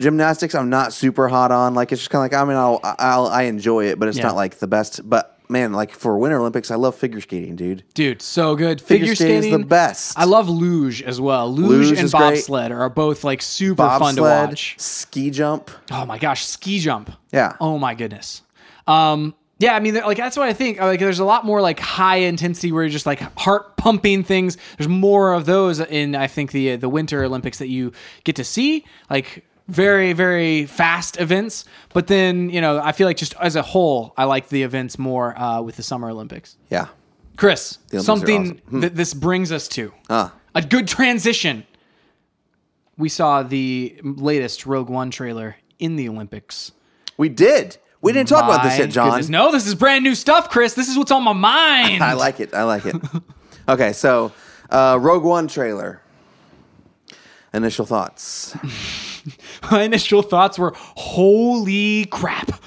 Speaker 2: gymnastics, I'm not super hot on. Like it's just kind of like I mean, I'll, I'll I enjoy it, but it's
Speaker 3: Yeah.
Speaker 2: not like the best. But man, like for Winter Olympics, I love figure skating, dude.
Speaker 3: Dude, so good. Figure,
Speaker 2: skating's
Speaker 3: skating
Speaker 2: the best.
Speaker 3: I love luge as well. Luge,
Speaker 2: Luge
Speaker 3: and
Speaker 2: is great.
Speaker 3: bobsled are both like super fun to
Speaker 2: Bobsled,
Speaker 3: watch.
Speaker 2: ski jump.
Speaker 3: Oh my gosh, ski jump.
Speaker 2: Yeah.
Speaker 3: Oh my goodness. Um, yeah, I mean, like that's what I think. Uh, Like, there's a lot more like high intensity where you're just like heart pumping things. There's more of those in I think the the Winter Olympics that you get to see, like very very fast events. But then you know, I feel like just as a whole, I like the events more uh, with the Summer Olympics.
Speaker 2: Yeah.
Speaker 3: Chris,
Speaker 2: Olympics are
Speaker 3: something
Speaker 2: awesome. Hmm.
Speaker 3: that this brings us to
Speaker 2: Ah.
Speaker 3: a good transition. We saw the latest Rogue One trailer in the Olympics.
Speaker 2: We did. We didn't talk about this
Speaker 3: My
Speaker 2: yet, John.
Speaker 3: goodness. No, this is brand new stuff, Chris. This is what's on my mind.
Speaker 2: I like it. I like it. okay, so uh, Rogue One trailer. Initial thoughts.
Speaker 3: my initial thoughts were, "Holy crap!"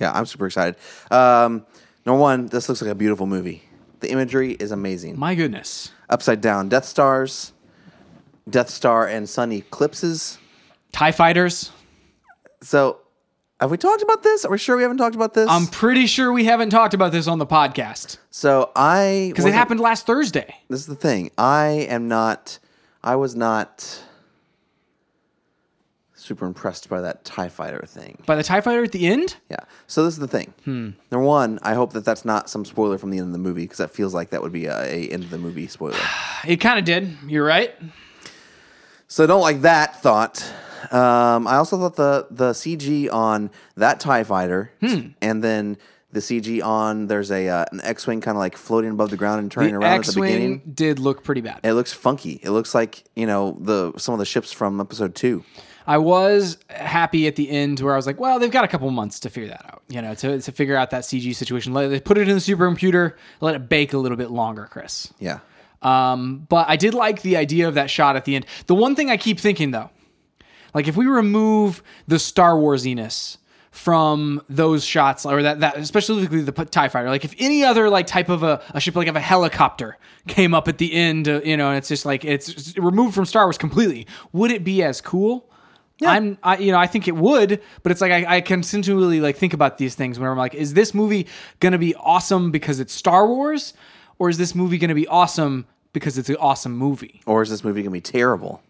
Speaker 2: Yeah, I'm super excited. Um, number one, this looks like a beautiful movie. The imagery is amazing.
Speaker 3: My goodness.
Speaker 2: Upside down Death Stars, Death Star and Sun eclipses.
Speaker 3: Tie fighters.
Speaker 2: So, have we talked about this? Are we sure we haven't talked about this?
Speaker 3: I'm pretty sure we haven't talked about this on the podcast
Speaker 2: so I
Speaker 3: because it
Speaker 2: wasn't-
Speaker 3: happened last Thursday.
Speaker 2: this is the thing. I am not. I was not super impressed by that Tie Fighter thing.
Speaker 3: By the Tie fighter at the end.
Speaker 2: Yeah. So this is the thing. Number one, I hope that that's not some spoiler from the end of the movie because that feels like that would be a, a end of the movie spoiler.
Speaker 3: It kind of did. You're right.
Speaker 2: so I don't like that thought. Um, I also thought the the CG on that Tie Fighter and then the CG on there's a uh, an X wing kind of like floating above the ground and turning around at the beginning.
Speaker 3: X-wing did look pretty bad.
Speaker 2: It looks funky. It looks like you know the some of the ships from Episode Two.
Speaker 3: I was happy at the end where I was like, well, they've got a couple months to figure that out, you know, to, to figure out that CG situation. Let, they put it in the supercomputer, let it bake a little bit longer, Chris.
Speaker 2: Yeah.
Speaker 3: Um, but I did like the idea of that shot at the end. The one thing I keep thinking though, like if we remove the Star Warsiness from those shots, or that that specifically the p- Tie Fighter, like if any other like type of a, a ship, like if a helicopter came up at the end, uh, you know, and it's just like it's removed from Star Wars completely, would it be as cool? I'm, I, you know, I think it would, but it's like I, I continually like think about these things whenever I'm like, is this movie gonna be awesome because it's Star Wars, or is this movie gonna be awesome because it's an awesome movie?
Speaker 2: Or is this movie gonna be terrible?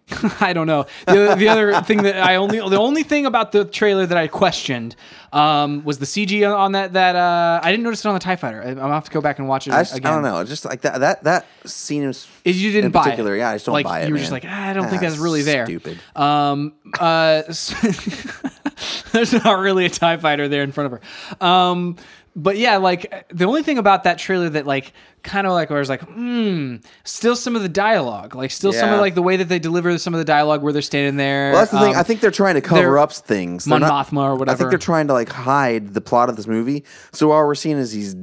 Speaker 3: I don't know. The, the other thing that I only, the only thing about the trailer that I questioned um, was the CG on that. That uh, I didn't notice it on the Tie Fighter. I, I'm gonna have to go back and watch it
Speaker 2: I, just, I
Speaker 3: again.
Speaker 2: don't know. Just like that that that seems
Speaker 3: Is you didn't
Speaker 2: in
Speaker 3: buy
Speaker 2: particular.
Speaker 3: it.
Speaker 2: Yeah, I just don't
Speaker 3: like,
Speaker 2: buy it.
Speaker 3: You were just
Speaker 2: man.
Speaker 3: like, ah, I don't think
Speaker 2: Ah,
Speaker 3: that's really there.
Speaker 2: Stupid.
Speaker 3: Um, uh, s- there's not really a TIE fighter there in front of her. Um, but yeah, like the only thing about that trailer that like kind of like where I was like, hmm, still some of the dialogue, like still some of
Speaker 2: Yeah.
Speaker 3: like the way that they deliver some of the dialogue where they're standing there.
Speaker 2: Well, that's the thing.
Speaker 3: um,
Speaker 2: I think they're trying to
Speaker 3: they're-
Speaker 2: cover up things. They're
Speaker 3: Mon
Speaker 2: not-
Speaker 3: Mothma or
Speaker 2: I
Speaker 3: whatever.
Speaker 2: think they're trying to like hide the plot of this movie. So all we're seeing is these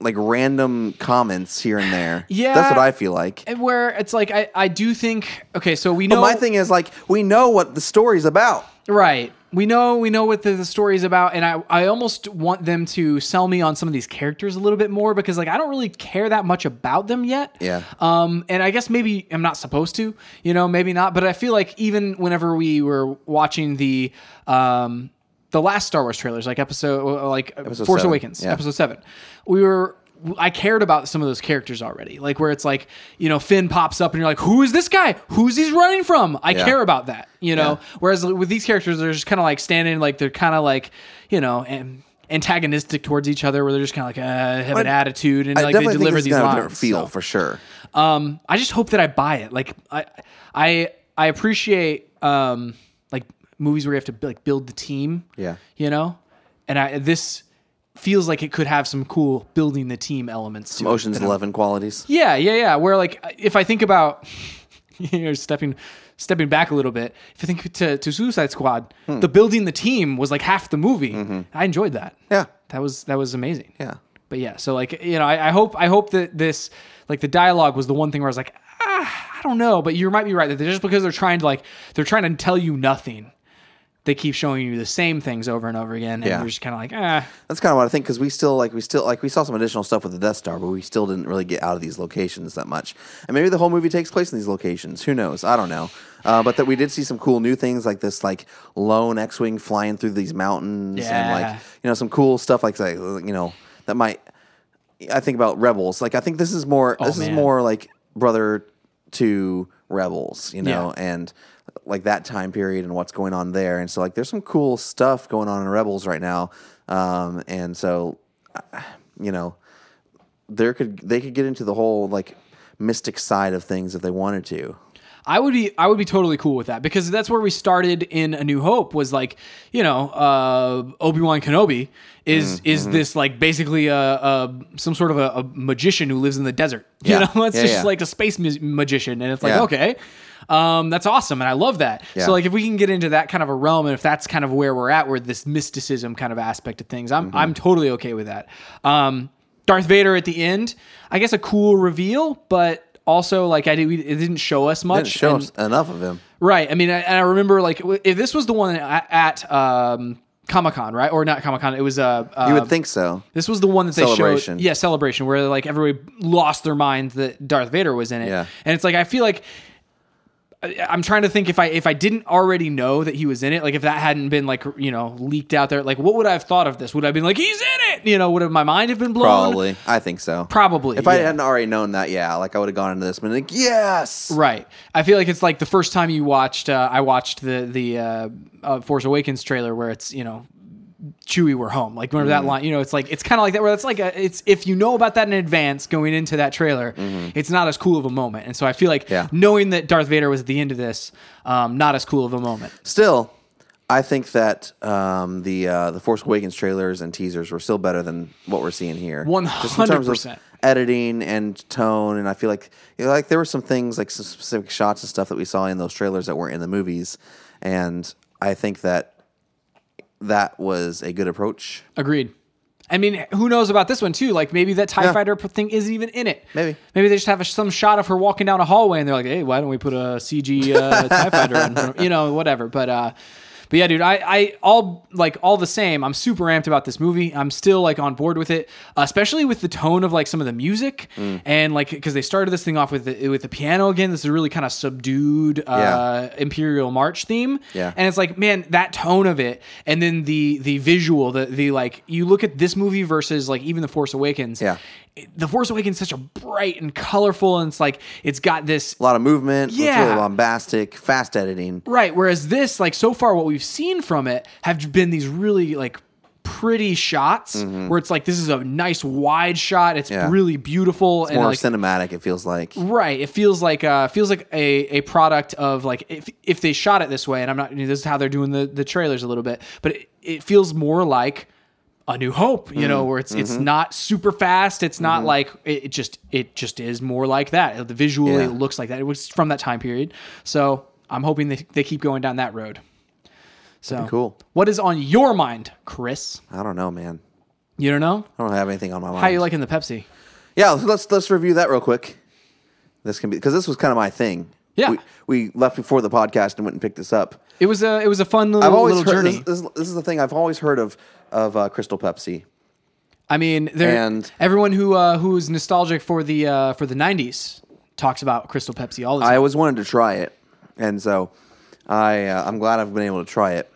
Speaker 2: like random comments here and there.
Speaker 3: Yeah.
Speaker 2: that's what I feel like.
Speaker 3: and where it's like I, I do think okay, so we know
Speaker 2: But my thing is like we know what the story's about.
Speaker 3: Right. We know we know what the, the story is about, and I, I almost want them to sell me on some of these characters a little bit more because like I don't really care that much about them yet.
Speaker 2: Yeah.
Speaker 3: Um, and I guess maybe I'm not supposed to, you know, maybe not. But I feel like even whenever we were watching the um the last Star Wars trailers, like episode like Force
Speaker 2: seven,
Speaker 3: Awakens,
Speaker 2: yeah.
Speaker 3: episode seven, we were. I cared about some of those characters already, like where it's like you know Finn pops up and you're like, who is this guy? Who's he's running from? I
Speaker 2: Yeah.
Speaker 3: care about that, you know. Whereas with these characters, they're just kind of like standing, like they're kind of like you know an- antagonistic towards each other, where they're just kind of like uh, have an attitude and
Speaker 2: I
Speaker 3: like they
Speaker 2: definitely think
Speaker 3: deliver
Speaker 2: it's
Speaker 3: these
Speaker 2: gonna have a
Speaker 3: lines.
Speaker 2: different feel
Speaker 3: so.
Speaker 2: for sure.
Speaker 3: Um, I just hope that I buy it. Like I, I, I appreciate um, like movies where you have to like build the team.
Speaker 2: Yeah.
Speaker 3: you know, and I this feels like it could have some cool building the team elements. To it.
Speaker 2: Ocean's Eleven qualities.
Speaker 3: Yeah, yeah, yeah. Where like if I think about you know stepping stepping back a little bit, if I think to, to Suicide Squad,
Speaker 2: Hmm.
Speaker 3: the building the team was like half the movie. I enjoyed that.
Speaker 2: Yeah,
Speaker 3: That was that was amazing.
Speaker 2: Mm-hmm. yeah.
Speaker 3: But yeah, so like you know, I, I hope I hope that this like the dialogue was the one thing where I was like, ah, I don't know, but you might be right that just because they're trying to like they're trying to tell you nothing, they keep showing you the same things over and over again, and
Speaker 2: Yeah.
Speaker 3: you're just kind of like, ah,
Speaker 2: That's kind of what I think because we still like we still like we saw some additional stuff with the Death Star, but we still didn't really get out of these locations that much. And maybe the whole movie takes place in these locations. Who knows? I don't know. Uh, but that we did see some cool new things like this, like lone X-wing flying through these mountains, and
Speaker 3: Yeah.
Speaker 2: like you know some cool stuff like that, you know that might. I think about Rebels. Like I think this is more this
Speaker 3: Oh, man.
Speaker 2: is more like brother to Rebels, you know, and like that time period and what's going on there. And so like there's some cool stuff going on in Rebels right now. Um, and so uh, you know, there could they could get into the whole like mystic side of things if they wanted to.
Speaker 3: I would be I would be totally cool with that because that's where we started in A New Hope was like you know uh, Obi Wan Kenobi is
Speaker 2: Mm,
Speaker 3: is
Speaker 2: mm-hmm.
Speaker 3: this like basically a, a some sort of a, a magician who lives in the desert you
Speaker 2: Yeah.
Speaker 3: know it's
Speaker 2: Yeah,
Speaker 3: just
Speaker 2: yeah.
Speaker 3: like a space mu- magician and it's like
Speaker 2: Yeah.
Speaker 3: okay um, that's awesome and I love that
Speaker 2: Yeah.
Speaker 3: so like if we can get into that kind of a realm and if that's kind of where we're at where this mysticism kind of aspect of things I'm I'm
Speaker 2: Mm-hmm.
Speaker 3: totally okay with that um, Darth Vader at the end I guess a cool reveal but. Also, like I did, we- it didn't show us much.
Speaker 2: Didn't show
Speaker 3: and-
Speaker 2: us enough of him.
Speaker 3: Right. I mean, I, and I remember like w- if this was the one at, at um, Comic Con, right, or not Comic Con, it was uh, uh
Speaker 2: You would think so.
Speaker 3: this was the one that they
Speaker 2: Celebration.
Speaker 3: showed. Yeah, celebration where like everybody lost their mind that Darth Vader was in it.
Speaker 2: Yeah.
Speaker 3: And it's like I feel like I- I'm trying to think if I if I didn't already know that he was in it, like if that hadn't been like you know leaked out there, like what would I have thought of this? Would I have been like he's in it? You know, would have my mind have been blown?
Speaker 2: Probably. I think so.
Speaker 3: Probably,
Speaker 2: If I
Speaker 3: yeah.
Speaker 2: hadn't already known that, yeah, like I would have gone into this and been like, yes.
Speaker 3: Right. I feel like it's like the first time you watched. Uh, I watched the the uh, uh, Force Awakens trailer where it's you know. Chewie, we're home. Like remember
Speaker 2: Mm-hmm.
Speaker 3: that line? You know, it's like it's kind of like that. Where it's like a, it's if you know about that in advance going into that trailer, it's not as cool of a moment. And so I feel like
Speaker 2: Mm-hmm. Yeah.
Speaker 3: knowing that Darth Vader was at the end of this, um, not as cool of a moment.
Speaker 2: Still, I think that um, the uh, the Force Awakens trailers and teasers were still better than what we're seeing here. Just in terms of
Speaker 3: 100%.
Speaker 2: Editing and tone, and I feel like you know, like there were some things like some specific shots and stuff that we saw in those trailers that weren't in the movies, and I think that that was a good approach.
Speaker 3: Agreed. I mean, who knows about this one too? Like maybe that Tie
Speaker 2: Yeah.
Speaker 3: Fighter thing isn't even in it.
Speaker 2: Maybe.
Speaker 3: Maybe they just have a, some shot of her walking down a hallway, and they're like, "Hey, why don't we put a CG uh, Tie Fighter in?" front of-" You know, whatever. But uh, But yeah, dude, I, I all like all the same, I'm super amped about this movie. I'm still like on board with it, especially with the tone of like some of the music
Speaker 2: Mm.
Speaker 3: and like because they started this thing off with the, with the piano again. This is a really kind of subdued uh, Imperial March theme.
Speaker 2: Yeah.
Speaker 3: and it's like man, that tone of it, and then the the visual, the the like you look at this movie versus like even the Force Awakens.
Speaker 2: Yeah.
Speaker 3: it- the Force Awakens is such a bright and colorful, and it's like it's got this
Speaker 2: A lot of movement. It's
Speaker 3: Yeah.
Speaker 2: really bombastic, fast editing.
Speaker 3: Right. Whereas this, like so far, what we've seen from it have been these really like pretty shots where it's like this is a nice wide shot. It's
Speaker 2: Mm-hmm. Yeah.
Speaker 3: really beautiful and
Speaker 2: More
Speaker 3: like
Speaker 2: cinematic, it feels like.
Speaker 3: right. It feels like uh feels like a a product of like if if they shot it this way, and I'm not you know, this is how they're doing the the trailers a little bit, but it, it feels more like. A New Hope, you
Speaker 2: Mm-hmm.
Speaker 3: know, where it's it's not super fast. It's not like it, it just it just is more like that. The visually
Speaker 2: Yeah.
Speaker 3: it looks like that. It was from that time period, so I'm hoping they, they keep going down that road. So
Speaker 2: cool.
Speaker 3: What is on your mind, Chris?
Speaker 2: I don't know, man.
Speaker 3: You don't know
Speaker 2: I don't have anything on my mind.
Speaker 3: how you liking the Pepsi?
Speaker 2: Yeah, let's let's review that real quick. This can be because this was kind of my thing.
Speaker 3: Yeah.
Speaker 2: we, we left before the podcast and went and picked this up.
Speaker 3: It was a it was a fun little,
Speaker 2: I've always
Speaker 3: little
Speaker 2: heard
Speaker 3: journey.
Speaker 2: this, this, this is the thing I've always heard of of uh, Crystal Pepsi.
Speaker 3: I mean, there
Speaker 2: And-
Speaker 3: everyone who uh, who is nostalgic for the uh, for the '90s talks about Crystal Pepsi all the
Speaker 2: I
Speaker 3: time.
Speaker 2: always wanted to try it, and so I uh, I'm glad I've been able to try it.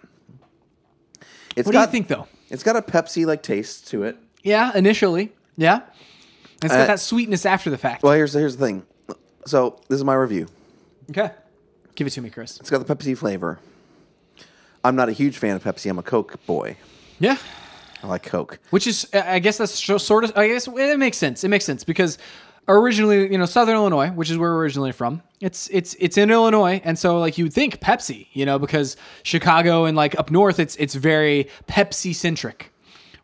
Speaker 2: It's
Speaker 3: what do
Speaker 2: got
Speaker 3: you think, though?
Speaker 2: it's got a Pepsi like taste to it.
Speaker 3: Yeah, initially, yeah, it's got
Speaker 2: Uh,
Speaker 3: that sweetness after the fact.
Speaker 2: Well, here's here's the thing. So this is my review.
Speaker 3: Okay, give it to me, Chris.
Speaker 2: It's got the Pepsi flavor. I'm not a huge fan of Pepsi. I'm a Coke boy.
Speaker 3: Yeah,
Speaker 2: I like Coke.
Speaker 3: which is I I guess that's so- sort of I guess it makes sense. It makes sense because originally, you know, Southern Illinois, which is where we're originally from, it's it's it's in Illinois, and so like you'd think Pepsi, you know, because Chicago and like up north, it's it's very Pepsi centric.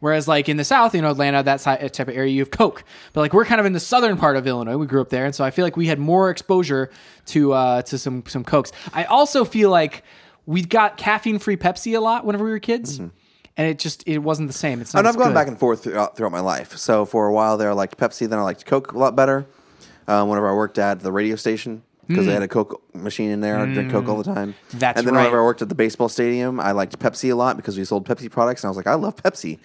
Speaker 3: Whereas, like in the South, you know, Atlanta, that si- type of area, you have Coke. But like we're kind of in the southern part of Illinois. We grew up there, and so I feel like we had more exposure to uh, to some some Cokes. I also feel like we got caffeine free Pepsi a lot whenever we were kids, and it just it wasn't the same. It's not
Speaker 2: And
Speaker 3: as
Speaker 2: I've gone
Speaker 3: good.
Speaker 2: back and forth throughout, throughout my life. So for a while there, I liked Pepsi. Then I liked Coke a lot better. Um, whenever I worked at the radio station, because they had a Coke machine in there, I drink Coke all the time.
Speaker 3: Mm. That's
Speaker 2: and then
Speaker 3: right.
Speaker 2: whenever I worked at the baseball stadium, I liked Pepsi a lot because we sold Pepsi products, and I was like, I love Pepsi.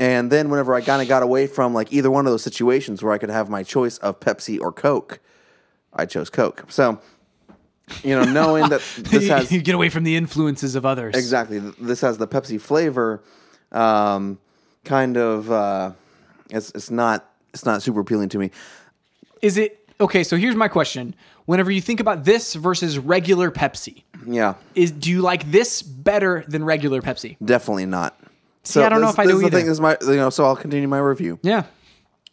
Speaker 2: And then whenever I kind of got away from like either one of those situations where I could have my choice of Pepsi or Coke, I chose Coke. So, you know, knowing that this has
Speaker 3: you get away from the influences of others.
Speaker 2: Exactly. Th- This has the Pepsi flavor, um, kind of. Uh, it's it's not it's not super appealing to me.
Speaker 3: Is it okay? So here's my question: Whenever you think about this versus regular Pepsi,
Speaker 2: Yeah,
Speaker 3: is do you like this better than regular Pepsi?
Speaker 2: definitely not.
Speaker 3: See, I don't know
Speaker 2: this-
Speaker 3: if I
Speaker 2: this
Speaker 3: do
Speaker 2: is the
Speaker 3: either.
Speaker 2: thing. This is my you know. So I'll continue my review.
Speaker 3: Yeah,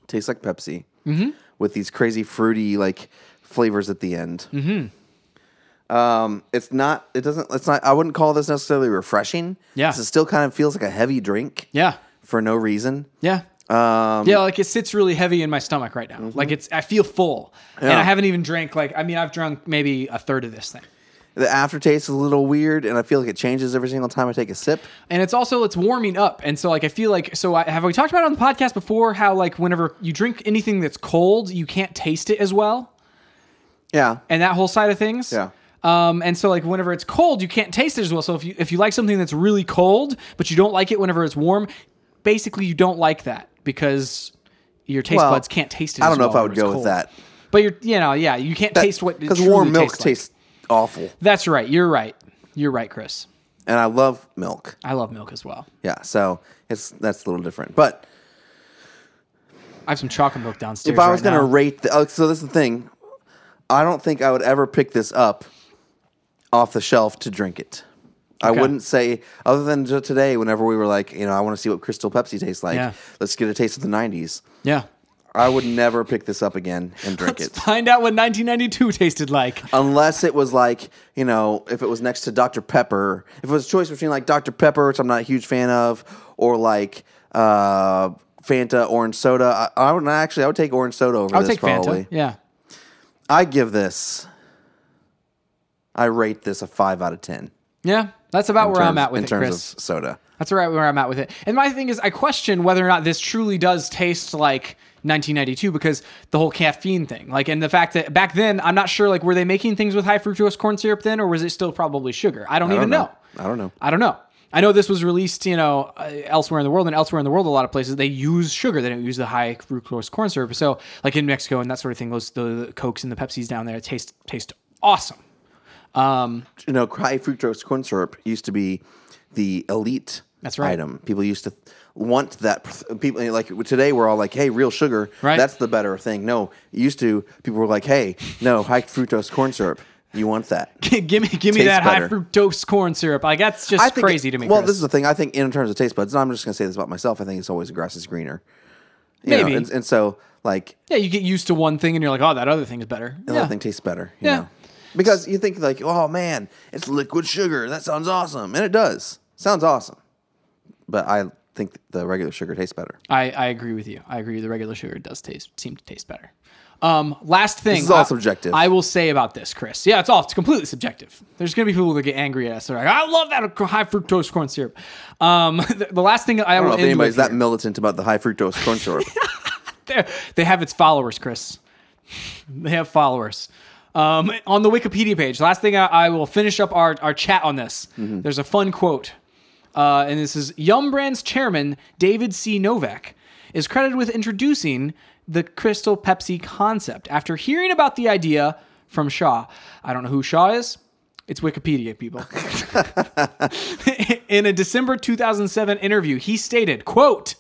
Speaker 2: Tastes like Pepsi mm-hmm. with these crazy fruity like flavors at the end. Mm-hmm.
Speaker 3: Mm-hmm.
Speaker 2: Um, it's not. It doesn't. It's not. I wouldn't call this necessarily refreshing.
Speaker 3: Yeah.
Speaker 2: it still kind of feels like a heavy drink.
Speaker 3: yeah,
Speaker 2: for no reason.
Speaker 3: yeah,
Speaker 2: Um, Mm-hmm.
Speaker 3: yeah. Like it sits really heavy in my stomach right now. Like it's, I feel full, and
Speaker 2: Yeah.
Speaker 3: I haven't even drank. Like I mean, I've drunk maybe a third of this thing,
Speaker 2: the aftertaste is a little weird, and I feel like it changes every single time I take a sip.
Speaker 3: and it's also it's warming up, and so like I feel like so. I, have we talked about it on the podcast before how like whenever you drink anything that's cold, you can't taste it as well.
Speaker 2: Yeah.
Speaker 3: and that whole side of things.
Speaker 2: Yeah.
Speaker 3: Um, and so like whenever it's cold, you can't taste it as well. So if you if you like something that's really cold, but you don't like it whenever it's warm, basically you don't like that because your taste
Speaker 2: Well,
Speaker 3: buds can't taste it.
Speaker 2: I
Speaker 3: as
Speaker 2: don't know
Speaker 3: well
Speaker 2: if I would
Speaker 3: whenever it's
Speaker 2: go with
Speaker 3: cold.
Speaker 2: that.
Speaker 3: But you're you know yeah you can't taste what it
Speaker 2: because
Speaker 3: truly
Speaker 2: warm milk
Speaker 3: tastes. like.
Speaker 2: tastes awful,
Speaker 3: That's right. You're right. You're right, Chris.
Speaker 2: and I love milk.
Speaker 3: I love milk as well.
Speaker 2: Yeah, so it's that's a little different. But
Speaker 3: I have some chocolate milk downstairs.
Speaker 2: if I was
Speaker 3: right
Speaker 2: gonna
Speaker 3: now.
Speaker 2: rate, the, oh, so this is the thing. I don't think I would ever pick this up off the shelf to drink it. I
Speaker 3: Okay.
Speaker 2: wouldn't say other than to today. Whenever we were like, you know, I want to see what Crystal Pepsi tastes like.
Speaker 3: Yeah.
Speaker 2: Let's get a taste of the '90s.
Speaker 3: yeah.
Speaker 2: I would never pick this up again and drink
Speaker 3: Let's
Speaker 2: it.
Speaker 3: find out what 1992 tasted like.
Speaker 2: unless it was like you know if it was next to dr pepper if it was a choice between like dr pepper which i'm not a huge fan of or like uh fanta orange soda i, I would not actually i would take orange soda over
Speaker 3: I would
Speaker 2: this
Speaker 3: take
Speaker 2: probably
Speaker 3: Fanta. Yeah.
Speaker 2: i give this i rate this a 5 out of 10
Speaker 3: Yeah. That's about where I'm
Speaker 2: terms-
Speaker 3: at with
Speaker 2: in
Speaker 3: it,
Speaker 2: terms
Speaker 3: Chris.
Speaker 2: of soda
Speaker 3: That's right where I'm at with it. And my thing is, I question whether or not this truly does taste like 1992 because the whole caffeine thing, like, and the fact that back then, I'm not sure, like, were they making things with high fructose corn syrup then, or was it still probably sugar? I don't even
Speaker 2: know.
Speaker 3: know.
Speaker 2: I don't know.
Speaker 3: I don't know. I know this was released, you know, uh, elsewhere in the world and elsewhere in the world, a lot of places they use sugar. They don't use the high fructose corn syrup. So, like in Mexico and that sort of thing, those the, the cokes and the Pepsis down there taste taste awesome.
Speaker 2: You know, high fructose corn syrup used to be the elite
Speaker 3: That's right.
Speaker 2: item. People used to want that. People like today we're all like, "Hey, real sugar,
Speaker 3: Right.
Speaker 2: that's the better thing." No, used to people were like, "Hey, no, high fructose corn syrup. You want that?"
Speaker 3: give me give me
Speaker 2: Tastes
Speaker 3: that high
Speaker 2: better.
Speaker 3: fructose corn syrup. Like that's just
Speaker 2: think
Speaker 3: crazy
Speaker 2: it-
Speaker 3: to me.
Speaker 2: Well,
Speaker 3: Chris.
Speaker 2: this is the thing. I think in terms of taste buds, and I'm just going to say this about myself. I think it's always the grass is greener. You know,
Speaker 3: Maybe.
Speaker 2: and, and so like
Speaker 3: yeah, you get used to one thing and you're like, oh, that other thing is better.
Speaker 2: the
Speaker 3: Yeah.
Speaker 2: other thing tastes better. You
Speaker 3: Yeah.
Speaker 2: know? Because you think like, oh man, it's liquid sugar. That sounds awesome, and it does. Sounds awesome, but I think the regular sugar tastes better.
Speaker 3: I, I agree with you. I agree. The regular sugar does taste seem to taste better. Um, last thing.
Speaker 2: is all
Speaker 3: I-
Speaker 2: subjective.
Speaker 3: I will say about this, Chris. Yeah, it's all it's completely subjective. There's gonna be people that get angry at us. They're like, I love that high fructose corn syrup. Um, the, the last thing I,
Speaker 2: I don't
Speaker 3: will
Speaker 2: know if
Speaker 3: end
Speaker 2: anybody's
Speaker 3: with
Speaker 2: that militant about the high fructose corn syrup.
Speaker 3: They're- they have its followers, Chris. they have followers. Um, on the Wikipedia page, last thing I, I will finish up our, our chat on this. There's a fun quote. Uh, and this is Yum Brands chairman David C. Novak is credited with introducing the Crystal Pepsi concept after hearing about the idea from Shaw. I don't know who Shaw is. It's Wikipedia, people. in a December 2007 interview, he stated, quote,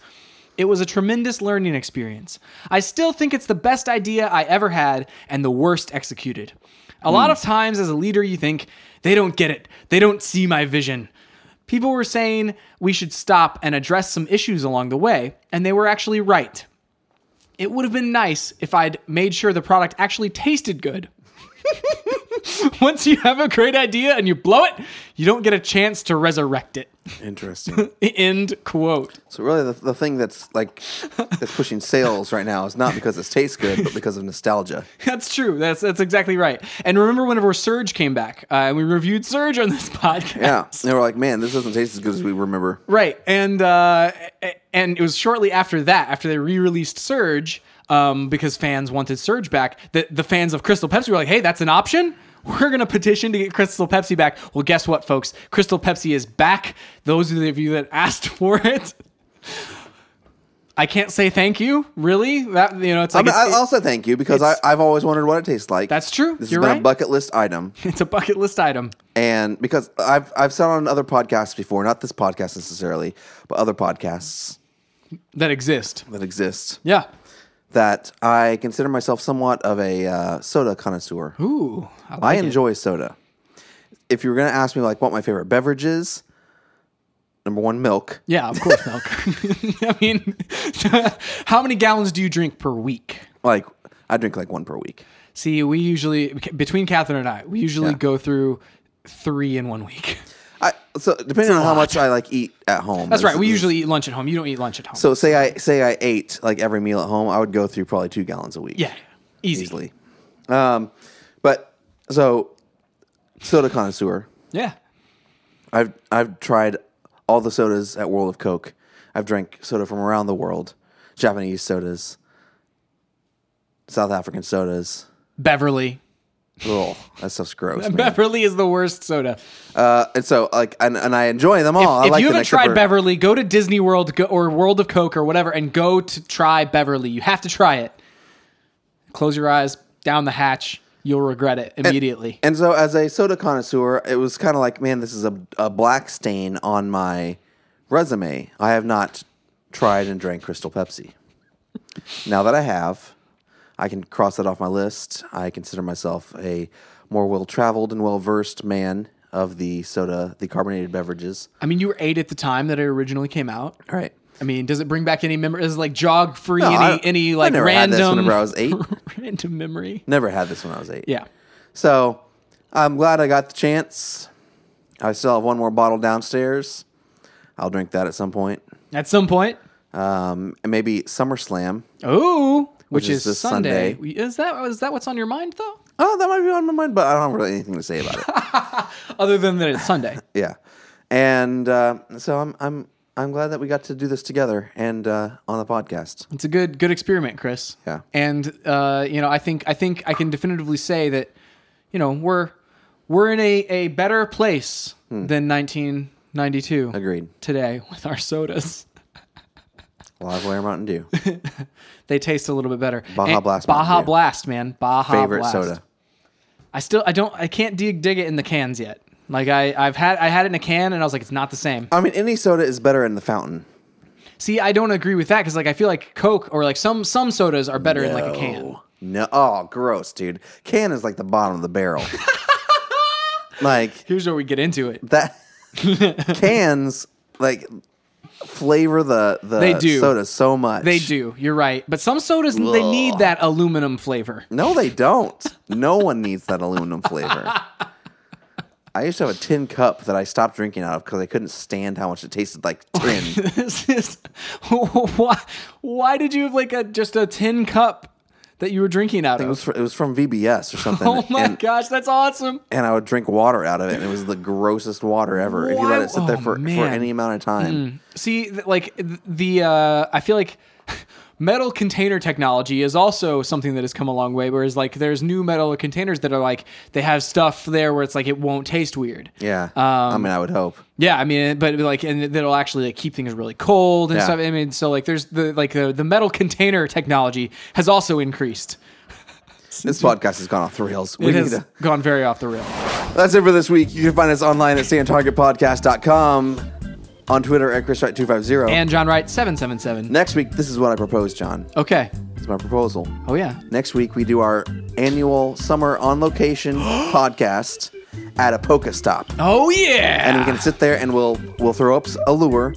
Speaker 3: it was a tremendous learning experience. I still think it's the best idea I ever had and the worst executed. A lot of times as a leader you think they don't get it. They don't see my vision. People were saying we should stop and address some issues along the way, and they were actually right. It would have been nice if I'd made sure the product actually tasted good. Once you have a great idea and you blow it, you don't get a chance to resurrect it.
Speaker 2: Interesting.
Speaker 3: End quote.
Speaker 2: So really, the, the thing that's like that's pushing sales right now is not because it tastes good, but because of nostalgia.
Speaker 3: That's true. That's that's exactly right. And remember whenever Surge came back, uh, and we reviewed Surge on this podcast.
Speaker 2: Yeah, they were like, man, this doesn't taste as good as we remember.
Speaker 3: Right. And uh, a- and it was shortly after that, after they re-released Surge, um, because fans wanted Surge back, that the fans of Crystal Pepsi were like, "Hey, that's an option." We're gonna petition to get Crystal Pepsi back. Well, guess what, folks? Crystal Pepsi is back. Those of you that asked for it, I can't say thank you. Really, that you know, it's
Speaker 2: I,
Speaker 3: like
Speaker 2: mean, I
Speaker 3: it's,
Speaker 2: also thank you because I,
Speaker 3: it's-
Speaker 2: I've always wondered what it tastes like.
Speaker 3: That's true.
Speaker 2: This
Speaker 3: You're
Speaker 2: has been
Speaker 3: right.
Speaker 2: a bucket list item,
Speaker 3: it's a bucket list item.
Speaker 2: and because I've I've said on other podcasts before, not this podcast necessarily, but other podcasts
Speaker 3: that exist.
Speaker 2: that exist,
Speaker 3: Yeah.
Speaker 2: that I consider myself somewhat of a uh, soda connoisseur.
Speaker 3: Ooh. I
Speaker 2: I
Speaker 3: like it.
Speaker 2: enjoy soda. If you were going to ask me like what my favorite beverage is, number one, milk.
Speaker 3: Yeah, of course, milk. I mean, how many gallons do you drink per week?
Speaker 2: Like I drink like one per week.
Speaker 3: See, we usually between Catherine and I, we usually
Speaker 2: Yeah.
Speaker 3: go through three in one week.
Speaker 2: I so depending on how much I like eat at home.
Speaker 3: That's right. We
Speaker 2: it's-
Speaker 3: usually eat lunch at home. You don't eat lunch at home.
Speaker 2: so say I say I ate like every meal at home, I would go through probably two gallons a week.
Speaker 3: yeah, easy.
Speaker 2: Easily. Um but so soda connoisseur.
Speaker 3: Yeah.
Speaker 2: I've I've tried all the sodas at World of Coke. I've drank soda from around the world, Japanese sodas, South African sodas.
Speaker 3: Beverly.
Speaker 2: Ugh, that stuff's gross. man.
Speaker 3: Beverly is the worst soda.
Speaker 2: Uh, and so like, and, and I enjoy them all. Oh, I
Speaker 3: if
Speaker 2: like
Speaker 3: you
Speaker 2: them
Speaker 3: haven't
Speaker 2: except
Speaker 3: tried
Speaker 2: for-
Speaker 3: Beverly, go to Disney World go, or World of Coke or whatever and go to try Beverly. You have to try it. Close your eyes, down the hatch. You'll regret it immediately.
Speaker 2: And so, as a soda connoisseur, it was kind of like, man, this is a, a black stain on my resume. I have not tried and drank Crystal Pepsi. now that I have, I can cross that off my list. I consider myself a more well traveled and well versed man of the soda, the carbonated beverages.
Speaker 3: I mean, you were eight at the time that it originally came out.
Speaker 2: All right.
Speaker 3: I mean, does it bring back any memory? Is it like jog free any
Speaker 2: I-
Speaker 3: any
Speaker 2: I
Speaker 3: like
Speaker 2: never had this
Speaker 3: random
Speaker 2: whenever I was eight.
Speaker 3: random memory?
Speaker 2: Never had this when I was eight.
Speaker 3: Yeah,
Speaker 2: So I'm glad I got the chance. I still have one more bottle downstairs. I'll drink that at some point.
Speaker 3: at some point.
Speaker 2: Um, and maybe SummerSlam.
Speaker 3: Oh, which,
Speaker 2: is
Speaker 3: is,
Speaker 2: this
Speaker 3: Sunday.
Speaker 2: Sunday.
Speaker 3: Is that is that what's on your mind though?
Speaker 2: Oh, that might be on my mind, but I don't have really anything to say about it.
Speaker 3: Other than that, it's Sunday.
Speaker 2: yeah, and uh, so I'm I'm I'm glad that we got to do this together and uh, on the podcast.
Speaker 3: It's a good good experiment, Chris.
Speaker 2: Yeah.
Speaker 3: And uh, you know, I think I think I can definitively say that, you know, we're we're in a, a better place than 1992
Speaker 2: Hmm. Agreed.
Speaker 3: today with our sodas.
Speaker 2: Live Lair Mountain Dew.
Speaker 3: They taste a little bit better.
Speaker 2: Baja Blast Mountain
Speaker 3: Baja
Speaker 2: Dew.
Speaker 3: Blast, man. Baja
Speaker 2: Favorite
Speaker 3: Blast.
Speaker 2: soda.
Speaker 3: I still I don't I can't dig dig it in the cans yet. Like I I've had I had it in a can and I was like it's not the same.
Speaker 2: I mean, any soda is better in the fountain.
Speaker 3: See, I don't agree with that because like I feel like Coke or like some some sodas are better in like a can.
Speaker 2: No. No. Oh, gross, dude. Can is like the bottom of the barrel. like
Speaker 3: Here's where we get into it.
Speaker 2: that. cans like flavor the the
Speaker 3: They do.
Speaker 2: soda so much.
Speaker 3: They do. You're right. But some sodas they need that aluminum flavor.
Speaker 2: No, they don't. No one needs that aluminum flavor. I used to have a tin cup that I stopped drinking out of because I couldn't stand how much it tasted like tin.
Speaker 3: this is why why did you have like a just a tin cup that you were drinking out
Speaker 2: it
Speaker 3: of?
Speaker 2: was fr- it was from VBS or something.
Speaker 3: Oh my
Speaker 2: and,
Speaker 3: gosh, that's awesome.
Speaker 2: and I would drink water out of it, and it was the grossest water ever. If you let
Speaker 3: Why-
Speaker 2: it sit there
Speaker 3: oh,
Speaker 2: for, for
Speaker 3: man. Mm.
Speaker 2: any amount of time,
Speaker 3: See, th- like th- the uh, I feel like metal container technology is also something that has come a long way. Whereas like there's new metal containers that are like they have stuff there where it's like it won't taste weird.
Speaker 2: yeah.
Speaker 3: Um,
Speaker 2: I mean, I would hope.
Speaker 3: Yeah, I mean, but like, and that'll actually like keep things really cold and
Speaker 2: Yeah.
Speaker 3: stuff. I mean, so like, there's the like the, the metal container technology has also increased.
Speaker 2: This podcast has gone off the rails. We
Speaker 3: It
Speaker 2: need
Speaker 3: has
Speaker 2: to-
Speaker 3: gone very off the rail.
Speaker 2: That's it for this week. You can find us online at standtargetpodcast.com, on Twitter at ChrisWright250.
Speaker 3: And John Wright seven seven seven.
Speaker 2: Next week, this is what I propose, John.
Speaker 3: Okay.
Speaker 2: This is my proposal.
Speaker 3: Oh yeah.
Speaker 2: Next week we do our annual summer on location podcast at a Poke Stop,
Speaker 3: Oh yeah.
Speaker 2: and we can sit there and we'll we'll throw up s- a lure,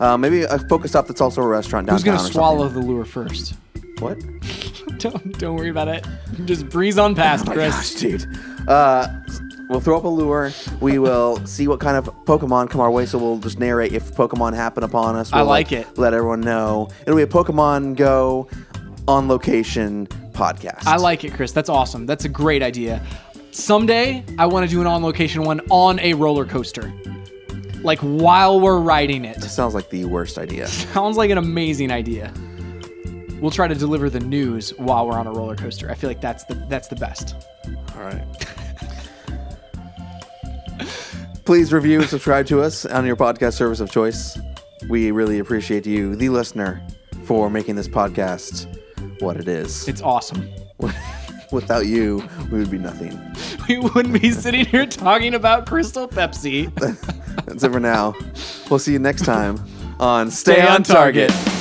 Speaker 2: uh, maybe a Poke Stop that's also a restaurant downtown.
Speaker 3: Who's gonna
Speaker 2: or
Speaker 3: swallow the lure first?
Speaker 2: something. What?
Speaker 3: Don't don't worry about it. Just breeze on past, Chris.
Speaker 2: Gosh, dude. Uh, we'll throw up a lure. We will see what kind of Pokemon come our way. So we'll just narrate if Pokemon happen upon us. We'll,
Speaker 3: I like it.
Speaker 2: Let everyone know. It'll be a Pokemon Go on location podcast.
Speaker 3: I like it, Chris. That's awesome. That's a great idea. Someday I want to do an on location one on a roller coaster. Like while we're riding it.
Speaker 2: Sounds like the worst idea.
Speaker 3: Sounds like an amazing idea. We'll try to deliver the news while we're on a roller coaster. I feel like that's the that's the best.
Speaker 2: All right. Please review and subscribe to us on your podcast service of choice. We really appreciate you, the listener, for making this podcast what it is.
Speaker 3: It's awesome.
Speaker 2: Without you, we would be nothing.
Speaker 3: We wouldn't be sitting here talking about Crystal Pepsi.
Speaker 2: That's it for now. We'll see you next time on Stay,
Speaker 3: Stay
Speaker 2: on,
Speaker 3: on
Speaker 2: target.
Speaker 3: target.